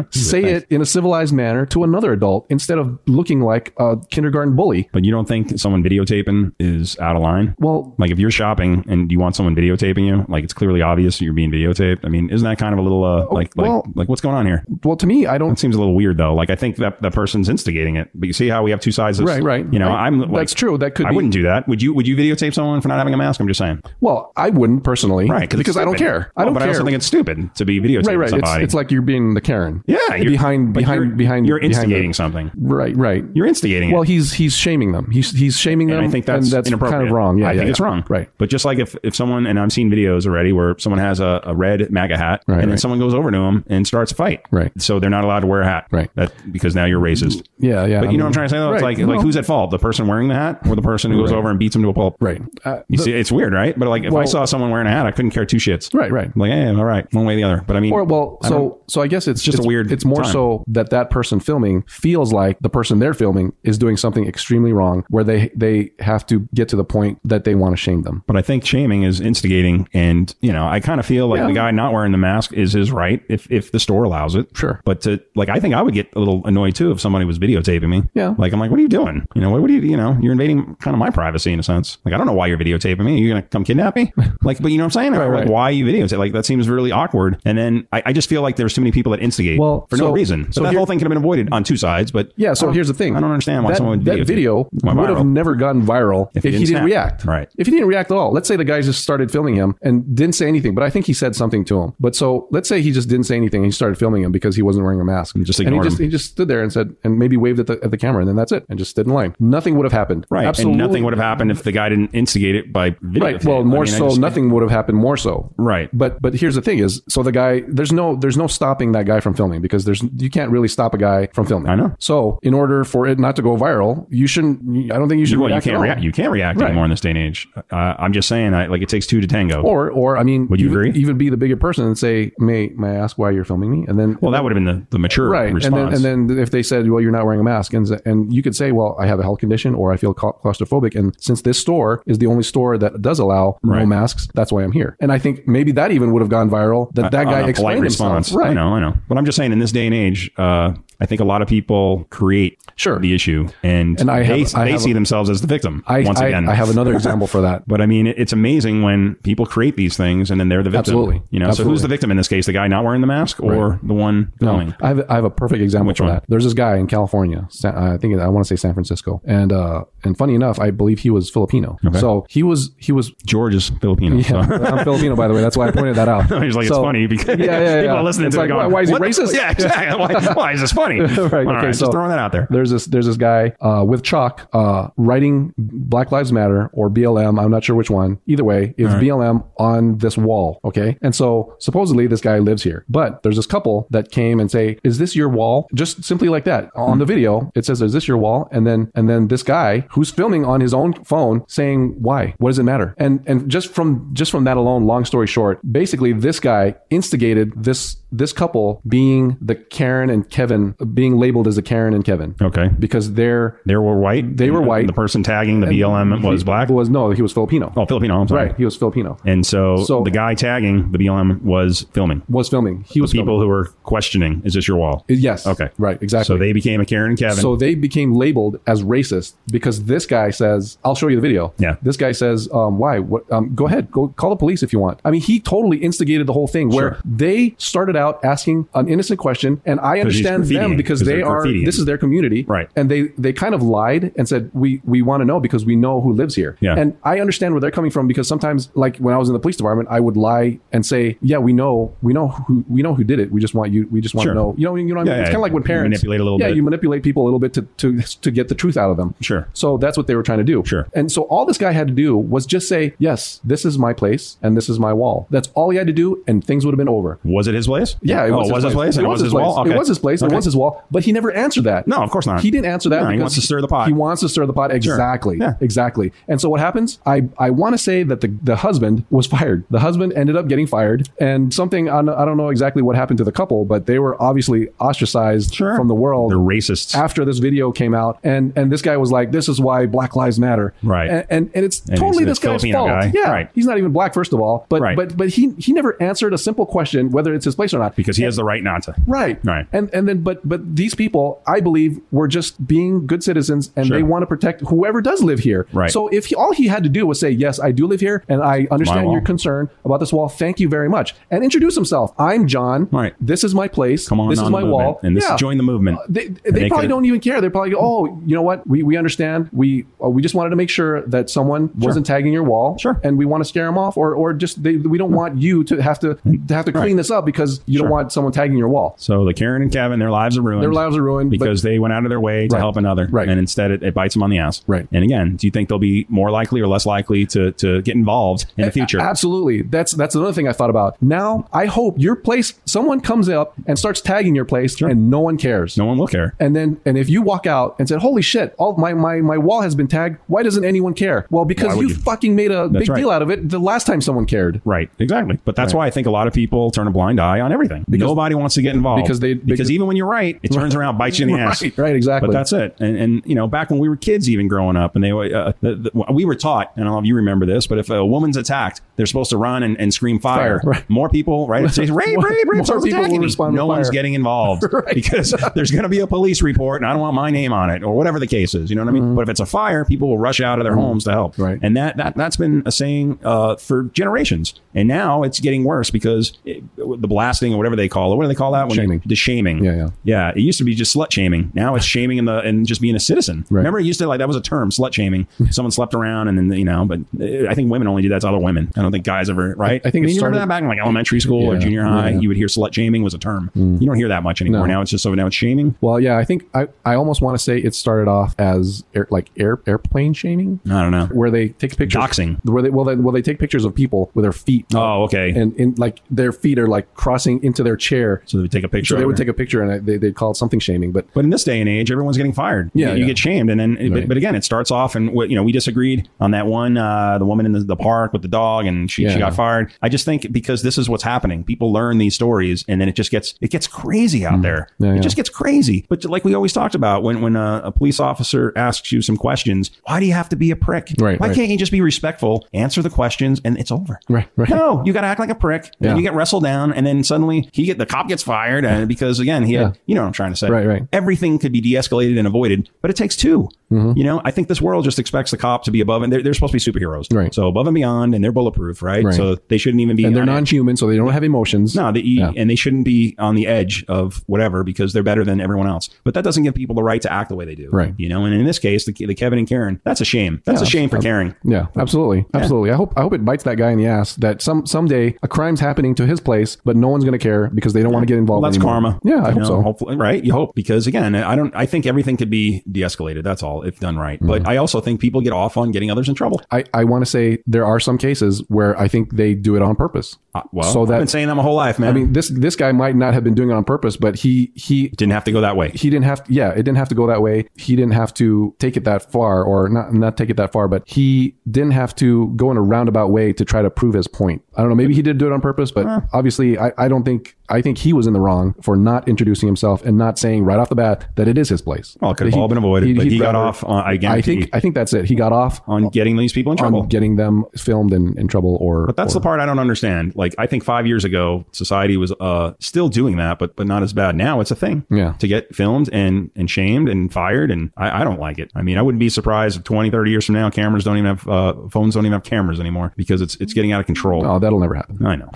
C: say
D: Thanks.
C: it in a civilized manner to another adult instead of looking like a kindergarten bully.
D: But you don't think someone videotaping is out of line?
C: Well,
D: Like if you're shopping and you want someone videotaping you, like it's clearly obvious that you're being videotaped. I mean, isn't that kind of a little uh, like like
C: well-
D: like what's going on here?
C: well, to me, I
D: That
C: don't.
D: seems a little weird though. Like I think that that person's instigating it. But you see how we have two sides. of-
C: Right, right.
D: You know,
C: Right.
D: I'm like,
C: That's true. That could
D: I
C: be-
D: wouldn't do that. Would you? Would you videotape someone for not having a mask? I'm just saying.
C: Well, I wouldn't personally,
D: Right. it's
C: because I don't
D: stupid.
C: care. I
D: No,
C: don't
D: but
C: care.
D: I also think it's stupid to be videotaping
C: right, right. It's,
D: somebody.
C: it's like you're being the Karen.
D: yeah, you're-
C: behind,
D: like,
C: behind,
D: you're-
C: behind.
D: You're
C: behind the-
D: instigating something.
C: right, right.
D: You're instigating. it.
C: Well, he's he's shaming them. He's he's shaming
D: and
C: them.
D: I think that's,
C: and that's
D: inappropriate.
C: kind of wrong. Yeah,
D: I
C: yeah,
D: think it's
C: yeah.
D: wrong.
C: Right.
D: But just like if, if someone and I've seen videos already where someone has a, a red MAGA hat
C: Right,
D: and then
C: right.
D: someone goes over to him and starts a fight.
C: Right.
D: So they're not allowed to wear a hat.
C: Right.
D: That because now you're racist.
C: Yeah, yeah.
D: But you know what I'm trying to say though? It's
C: Right.
D: like like
C: Well-
D: who's at fault? The person wearing the hat or the person who goes over and beats him to a pulp?
C: Right. Uh,
D: You see, it's weird, right? But like if I
C: Well-
D: saw someone wearing a hat, I couldn't care two shits.
C: Right, right.
D: I'm like, hey, all right, one way or the other. But I mean,
C: Or well,
D: I don't-
C: so so I guess it's
D: just a
C: it's-
D: weird
C: It's more
D: time.
C: so that that person filming feels like the person they're filming is doing something extremely wrong, where they they have to get to the point that they want to shame them.
D: But I think shaming is instigating, and you know, I kind of feel like the guy not wearing the mask is his right if if the store allows it.
C: Sure.
D: but to like, I think I would get a little annoyed too if somebody was videotaping me.
C: Yeah.
D: like I'm like, what are you doing? You know, what, what are you? You know, you're invading kind of my privacy in a sense. Like, I don't know why you're videotaping me. You're gonna come kidnap
C: (laughs)
D: me? Like, but you know what I'm saying? Or, Like,
C: right.
D: why you videotape? Like, that seems really awkward. And then I, I just feel like there's too many people that instigate
C: Well,
D: for no
C: so-
D: reason. So
C: so
D: that
C: here-
D: whole thing could have been avoided on two sides. But
C: Yeah.
D: I
C: So
D: don't-
C: here's the thing.
D: I don't understand why
C: that,
D: someone would
C: that
D: videotape.
C: video
D: Went
C: would have
D: viral.
C: never gone viral if,
D: he
C: he
D: didn't
C: didn't,
D: snap.
C: react.
D: Right.
C: If he didn't react at all, let's say the guy just started filming him and didn't say anything, but I think he said something to him. But so let's say he just didn't say anything and he started filming him because he wasn't wearing a mask.
D: just
C: and he
D: ignored
C: just
D: him.
C: he just stood there and said and maybe waved at the, at the camera and then that's it and just stood in line. Nothing would have happened.
D: Right,
C: Absolutely.
D: and nothing would have happened if the guy didn't instigate it by video.
C: Right. Well, more so, nothing would have happened. More so.
D: Right.
C: But but here's the thing: is so the guy there's no there's no stopping that guy from filming because there's you can't really stop a guy from filming.
D: I know.
C: So in order for it not to go viral, you shouldn't. I don't think you should.
D: Well, you
C: react at
D: can't
C: all.
D: react. You can't react
C: Right.
D: anymore in this day and age. Uh, I'm just saying, I, like it takes two to tango.
C: Or or I mean,
D: Would you
C: even,
D: agree?
C: Even be the bigger person and say, "May may I ask why you're filming me?" And then
D: well, that would have been the, the mature
C: right,
D: response.
C: and then and then if they said, "Well, you're not wearing a mask," and and you could say, "Well, I have a health condition or I feel cla- claustrophobic," and since this store is the only store that does allow
D: Right.
C: no masks, that's why I'm here. And I think maybe that even would have gone viral that that
D: Uh, On
C: guy
D: a polite
C: explained
D: response.
C: himself. Right.
D: I know, I know. But I'm just saying, in this day and age, uh, I think a lot of people create
C: Sure.
D: the issue, and,
C: And I
D: they,
C: have- I
D: they
C: have
D: see
C: a-
D: themselves as the victim.
C: I,
D: once
C: I,
D: again,
C: I have another example
D: (laughs)
C: for that.
D: But I mean, it- it's amazing when people create these things and then they're the victim.
C: Absolutely.
D: You know, so
C: Absolutely.
D: who's the victim in this case? The guy not wearing the mask or the one filming?
C: I have, I have a perfect example for
D: one?
C: that. There's this guy in California. Sa- I think I want to say San Francisco, and uh, and funny enough, I believe he was Filipino. So he was he was.
D: George is Filipino. so-
C: Yeah, (laughs) I'm Filipino, by the way. That's why I pointed that
D: (laughs)
C: out.
D: He's like, it's
C: So- (laughs)
D: funny because
C: Yeah, yeah,
D: people
C: yeah.
D: are listening
C: It's
D: to
C: like,
D: it going,
C: why- why is he
D: "What the-
C: (laughs) racist?"
D: Yeah, exactly. Why, why is this
C: (laughs)
D: funny? right. All
C: okay,
D: right,
C: so-
D: just throwing that out there.
C: There's this there's this guy uh, with chalk uh, writing Black Lives Matter or BLM. I'm not sure which one. Either way, it's BLM on this wall. Okay, and so supposedly this guy lives here, but there's this couple that came and say, "Is this your wall?" Just simply like that on the video, it says, "Is this your wall?" And then and then this guy who's filming on his own phone saying, "Why? What does it matter?" And and just from just from that alone, long story short, basically this guy instigated this this couple being the Karen and Kevin being labeled as the Karen and Kevin
D: Okay.
C: because they're
D: They were white.
C: They were
D: And
C: white.
D: The person tagging the BLM was black.
C: was no, he was Filipino.
D: Oh, Filipino. I'm sorry.
C: right, he was Filipino.
D: And so,
C: So-
D: the guy tagging the BLM was filming.
C: Was filming. He was
D: People who were questioning, is this your wall?
C: filming. Yes.
D: Okay.
C: Right. Exactly.
D: So they became a Karen and Kevin.
C: So they became labeled as racist because this guy says, "I'll show you the video."
D: Yeah.
C: This guy says, um, "Why? What? Um, go ahead. Go call the police if you want." I mean, he totally instigated the whole thing where
D: Sure.
C: they started out asking an innocent question, and I
D: he's
C: understand
D: graffitiing,
C: them because
D: 'cause
C: they
D: they're
C: are.
D: graffitiing.
C: This is their community,
D: Right.
C: And they they kind of lied and said, "We we want to know because we know who lives here."
D: Yeah.
C: And I understand where they're coming from because sometimes, like when I was in the police department, I would lie and say, "Yeah, we know, we know who we know who did it. We just want you. We just want
D: Sure.
C: to know. You know, you know." What I mean?
D: Yeah,
C: it's
D: yeah.
C: kind of like when
D: You
C: parents
D: manipulate a little
C: Yeah,
D: bit.
C: you manipulate people a little bit to, to to get the truth out of them.
D: Sure.
C: So that's what they were trying to do.
D: Sure.
C: And so all this guy had to do was just say, "Yes, this is my place and this is my wall." That's all he had to do, and things would have been over.
D: was it his place?
C: Yeah,
D: oh, was his place. and
C: It was his place.
D: wall? Okay.
C: It was his place.
D: Okay.
C: It was his his wall, but he never answered that.
D: No, of course not.
C: He didn't answer that.
D: No, he
C: because
D: wants to stir the pot.
C: He wants to stir the pot. Exactly.
D: Yeah.
C: Exactly. And so what happens? I, I want to say that the, the husband was fired. The husband ended up getting fired, and something I don't I don't know exactly what happened to the couple, but they were obviously ostracized
D: Sure.
C: from the world
D: They're racists.
C: after this video came out and and this guy was like this is why black lives matter
D: Right.
C: and and, and it's
D: it's-
C: totally
D: it's
C: this guy's
D: Filipino
C: fault
D: guy.
C: yeah
D: Right.
C: he's not even black first of all but
D: Right.
C: but but he he never answered a simple question whether it's his place or not
D: because he has the right not to.
C: right
D: Right.
C: and and then but but these people i believe were just being good citizens and
D: Sure.
C: they want to protect whoever does live here
D: Right.
C: so if he, all he had to do was say yes i do live here and i understand
D: wall.
C: your concern about this wall thank you very much and introduce himself i'm john
D: Right.
C: this is my place
D: Come on,
C: this
D: on
C: is
D: the
C: my
D: movement.
C: wall
D: and this
C: Yeah
D: join the movement.
C: they, they,
D: And they
C: probably
D: could-
C: don't even care. They're probably go, oh, you know what? We we understand. We uh, we just wanted to make sure that someone wasn't tagging your wall.
D: Sure.
C: And we want to scare them off, or or just they, we don't want you to have to to have to clean this up because you
D: Sure.
C: don't want someone tagging your wall.
D: So the Karen and Kevin, their lives are ruined.
C: Their lives are ruined but-
D: because they went out of their way to
C: Right.
D: help another,
C: Right.
D: and instead it, it bites them on the ass.
C: Right.
D: And again, do you think they'll be more likely or less likely to to get involved in the future?
C: Absolutely. That's that's another thing I thought about. Now I hope your place someone comes up and starts tagging your place and no one cares.
D: no one will care.
C: And then, and if you walk out and said, "Holy shit! All my my my wall has been tagged. Why doesn't anyone care?" Well, because
D: would
C: you,
D: you?
C: fucking made a big
D: right.
C: deal out of it the last time someone cared.
D: Right, exactly. But that's why I think a lot of people turn a blind eye on everything. Nobody wants to get involved
C: because they-
D: because,
C: because-
D: even when you're right, it turns around and bites you in the ass.
C: (laughs) Right, right, exactly.
D: But that's it. And, and you know, back when we were kids, even growing up, and they uh, the, the, we were taught, and I don't know if you remember this, but if a woman's attacked, they're supposed to run and, and scream fire.
C: Fire, right.
D: More people, right? Say, rape,
C: (laughs) More-
D: rape, rape.
C: more
D: someone's
C: people
D: attacking
C: will
D: me."
C: respond with
D: No one's
C: fire.
D: getting
C: (laughs)
D: involved because (laughs) there's going to be a police report, and I don't want my name on it or whatever the case is. You know what I mean? But if it's a fire, people will rush out of their homes to help.
C: Mm-hmm. Right.
D: And that that that's been a saying uh, for generations, and now it's getting worse because it, the blasting or whatever they call it. What do they call that? When
C: Shaming.
D: the shaming.
C: Yeah, yeah.
D: Yeah, it used to be just slut shaming. Now it's shaming in the and just being a citizen.
C: Right.
D: Remember, it used to like that was a term, slut
C: (laughs)
D: shaming. Someone slept around, and then you know. But uh, I think women only do that to other women. I don't think guys ever. Right.
C: I- I think it
D: you remember
C: started-
D: that back in like elementary school or
C: Yeah,
D: junior high.
C: yeah. Mm.
D: You would hear slut shaming was a term. You don't hear that much anymore.
C: No.
D: Now it's just so now it's shaming.
C: Well, yeah, I think I, I almost want to say it started off as air, like air airplane shaming,
D: I don't know.
C: where they take pictures
D: Doxing.
C: where they well they, well they take pictures of people with their feet.
D: Oh, okay.
C: and in like their feet are like crossing into their chair,
D: so they would take a picture.
C: so they
D: of
C: would
D: her.
C: take a picture and I- they they would call it something shaming. But
D: But in this day and age, everyone's getting fired.
C: Yeah,
D: you, you
C: yeah.
D: get shamed, and then. But,
C: Right.
D: but again, it starts off, and what you know, we disagreed on that one. Uh, the woman in the, the park with the dog, and she, she
C: Yeah.
D: got fired. I just think because this is what's happening, people learn these stories, and then it just gets it gets crazy out there.
C: Mm. Yeah,
D: it
C: yeah.
D: just gets crazy. But like we always talked about, when when a, a police officer asks you some questions, why do you have to be a prick?
C: Right,
D: Why
C: right.
D: can't you just be respectful, answer the questions, and it's over?
C: Right, right.
D: No, (laughs) you got to act like a prick. And
C: Yeah.
D: You get wrestled down, and then suddenly he get the cop gets fired, and because again, he had-
C: Yeah.
D: you know what I'm trying to say
C: Right, right.
D: everything could be de-escalated and avoided, but it takes 2
C: Mm-hmm.
D: You know, I think this world just expects the cop to be above and they're, they're supposed to be superheroes,
C: Right.
D: So above and beyond, and they're bulletproof, right?
C: Right.
D: So they shouldn't even be.
C: (laughs) and they're
D: on edge.
C: non-human, so they don't have emotions.
D: No, they, e,
C: Yeah.
D: and they shouldn't be on the edge of whatever because they're better than everyone else. But that doesn't give people the right to act the way they do,
C: Right.
D: You know, and in this case, the, the Kevin and Karen, that's a shame. That's a shame for Karen.
C: Yeah, absolutely, absolutely. I hope I hope it bites that guy in the ass that some someday a crime's happening to his place, but no one's going to care because they don't want to get
D: Well,
C: involved.
D: that's karma.
C: anymore. Yeah, I
D: You
C: hope
D: know,
C: so.
D: Hopefully, right? You hope because again, I don't. I think everything could be de-escalated. That's all if done right.
C: Mm-hmm.
D: But I also think people get off on getting others in trouble.
C: I, I want to say there are some cases where I think they do it on purpose.
D: Uh, well,
C: So that-
D: I've been saying that my whole life, man.
C: I mean, this this guy might not have been doing it on purpose, but he he
D: didn't have to go that way.
C: he didn't have yeah, it didn't have to go that way. He didn't have to take it that far, or not not take it that far, but he didn't have to go in a roundabout way to try to prove his point. I don't know. Maybe he did do it on purpose, but obviously, I, I don't think I think he was in the wrong for not introducing himself and not saying right off the bat that it is his place.
D: Well, it could have
C: That he-
D: all been avoided, but
C: he'd
D: he got
C: rather-
D: off on, I
C: I
D: guarantee,
C: think I think that's it. He got off
D: on getting these people in trouble.
C: on getting them filmed and in trouble, or
D: but that's the part I don't understand. Like, I think five years ago, society was uh, still doing that, but but not as bad. Now it's a thing.
C: Yeah.
D: To get filmed and, and shamed and fired. And I, I don't like it. I mean, I wouldn't be surprised if 20, 30 years from now, cameras don't even have, uh, phones don't even have cameras anymore because it's it's getting out of control.
C: oh, that'll never happen. (laughs)
D: I know.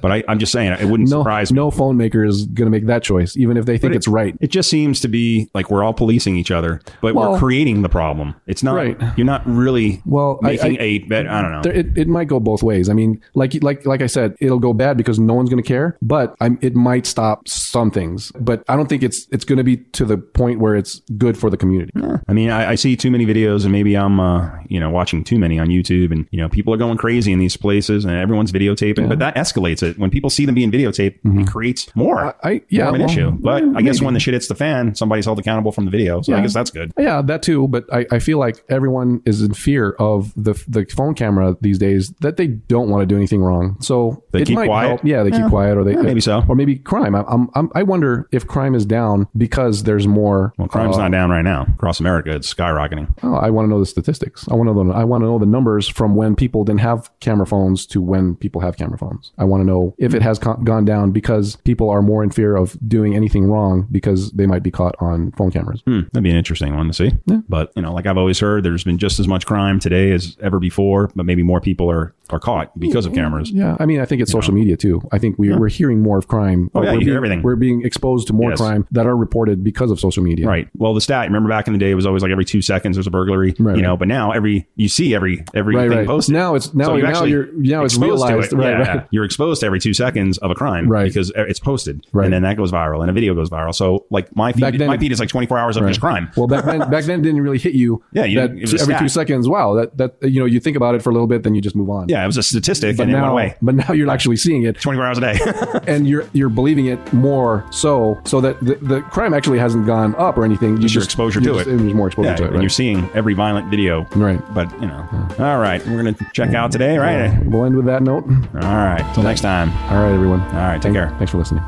D: but I, I'm just saying, it wouldn't
C: no,
D: surprise me.
C: no phone maker is going to make that choice, even if they think
D: it-
C: it's right.
D: It just seems to be like we're all policing each other, but we're
C: Well-
D: creating the problem. It's not
C: Right.
D: you're not really
C: Well, I-
D: making
C: I-
D: a bet. I don't know.
C: There, it, it might go both ways. I mean, like like like I said, it'll go bad because no one's going to care. But I'm, it might stop some things. But I don't think it's it's going to be to the point where it's good for the community.
D: I mean, I, I see too many videos, and maybe I'm, uh, you know, watching too many on YouTube, and you know, people are going crazy in these places, and everyone's videotaping. But that escalates videotapes it. When people see them being videotaped, it creates more,
C: Mm-hmm. I- I- yeah,
D: more of an
C: well,
D: issue. But I guess
C: maybe.
D: when the shit hits the fan, somebody's held accountable from the video. So I
C: Yeah.
D: guess that's good.
C: Yeah, that too. But I, I feel like everyone is in fear of the the phone camera these days that they don't want to do anything wrong. So
D: They
C: it
D: keep
C: might
D: quiet?
C: help. Yeah, they keep quiet, or they
D: maybe so.
C: or maybe crime. I, I'm, I'm I wonder if crime is down because there's more. uh,
D: Well, crime's not down right now across America. It's skyrocketing.
C: Oh, I want to know the statistics. I want to know. I want to know the numbers from when people didn't have camera phones to when people have camera phones. I want to know if it has co- gone down because people are more in fear of doing anything wrong because they might be caught on phone cameras.
D: Hmm, that'd be an interesting one to see. But you know, like I've always heard, there's been just as much crime today as ever before, but maybe more people are are caught because of cameras.
C: Yeah, I mean, I think it's social media too. I think we, we're hearing more of crime.
D: Oh, yeah,
C: we're
D: you hear
C: being,
D: everything.
C: We're being exposed to more
D: Yes.
C: crime that are reported because of social media.
D: Right. Well, the stat, remember back in the day, it was always like every two seconds there's a burglary,
C: Right,
D: you know,
C: right.
D: but now every, you see every, everything
C: Right, right.
D: posted.
C: Now it's- now- now
D: actually
C: you're- now it's
D: exposed to
C: realized.
D: it.
C: Right,
D: Yeah,
C: right.
D: yeah. You're exposed to every two seconds of a crime
C: Right.
D: because e- it's posted.
C: Right.
D: And then that goes viral and a video goes viral. So like my
C: Back
D: feed,
C: then-
D: my feed is like 24 hours of just crime.
C: Well, back then, back then it didn't really hit you.
D: Yeah, you-
C: that
D: it was a
C: every
D: stat.
C: two seconds. Wow, that that you know you think about it for a little bit, then you just move on.
D: yeah. It was a statistic
C: but
D: and it went
C: now,
D: away.
C: but now you're actually seeing it,
D: 24 hours a day.
C: and you're you're believing it more. So so that the, the crime actually hasn't gone up or anything. You
D: Just your exposure
C: you
D: to it.
C: There's more exposure
D: yeah,
C: to it.
D: And you're
C: Right?
D: seeing every violent video.
C: Right.
D: But, you know, all right. We're going to check out today, right?
C: We'll end with that note.
D: All right. Till next time.
C: All right, everyone.
D: All right. Take care.
C: Thanks for listening.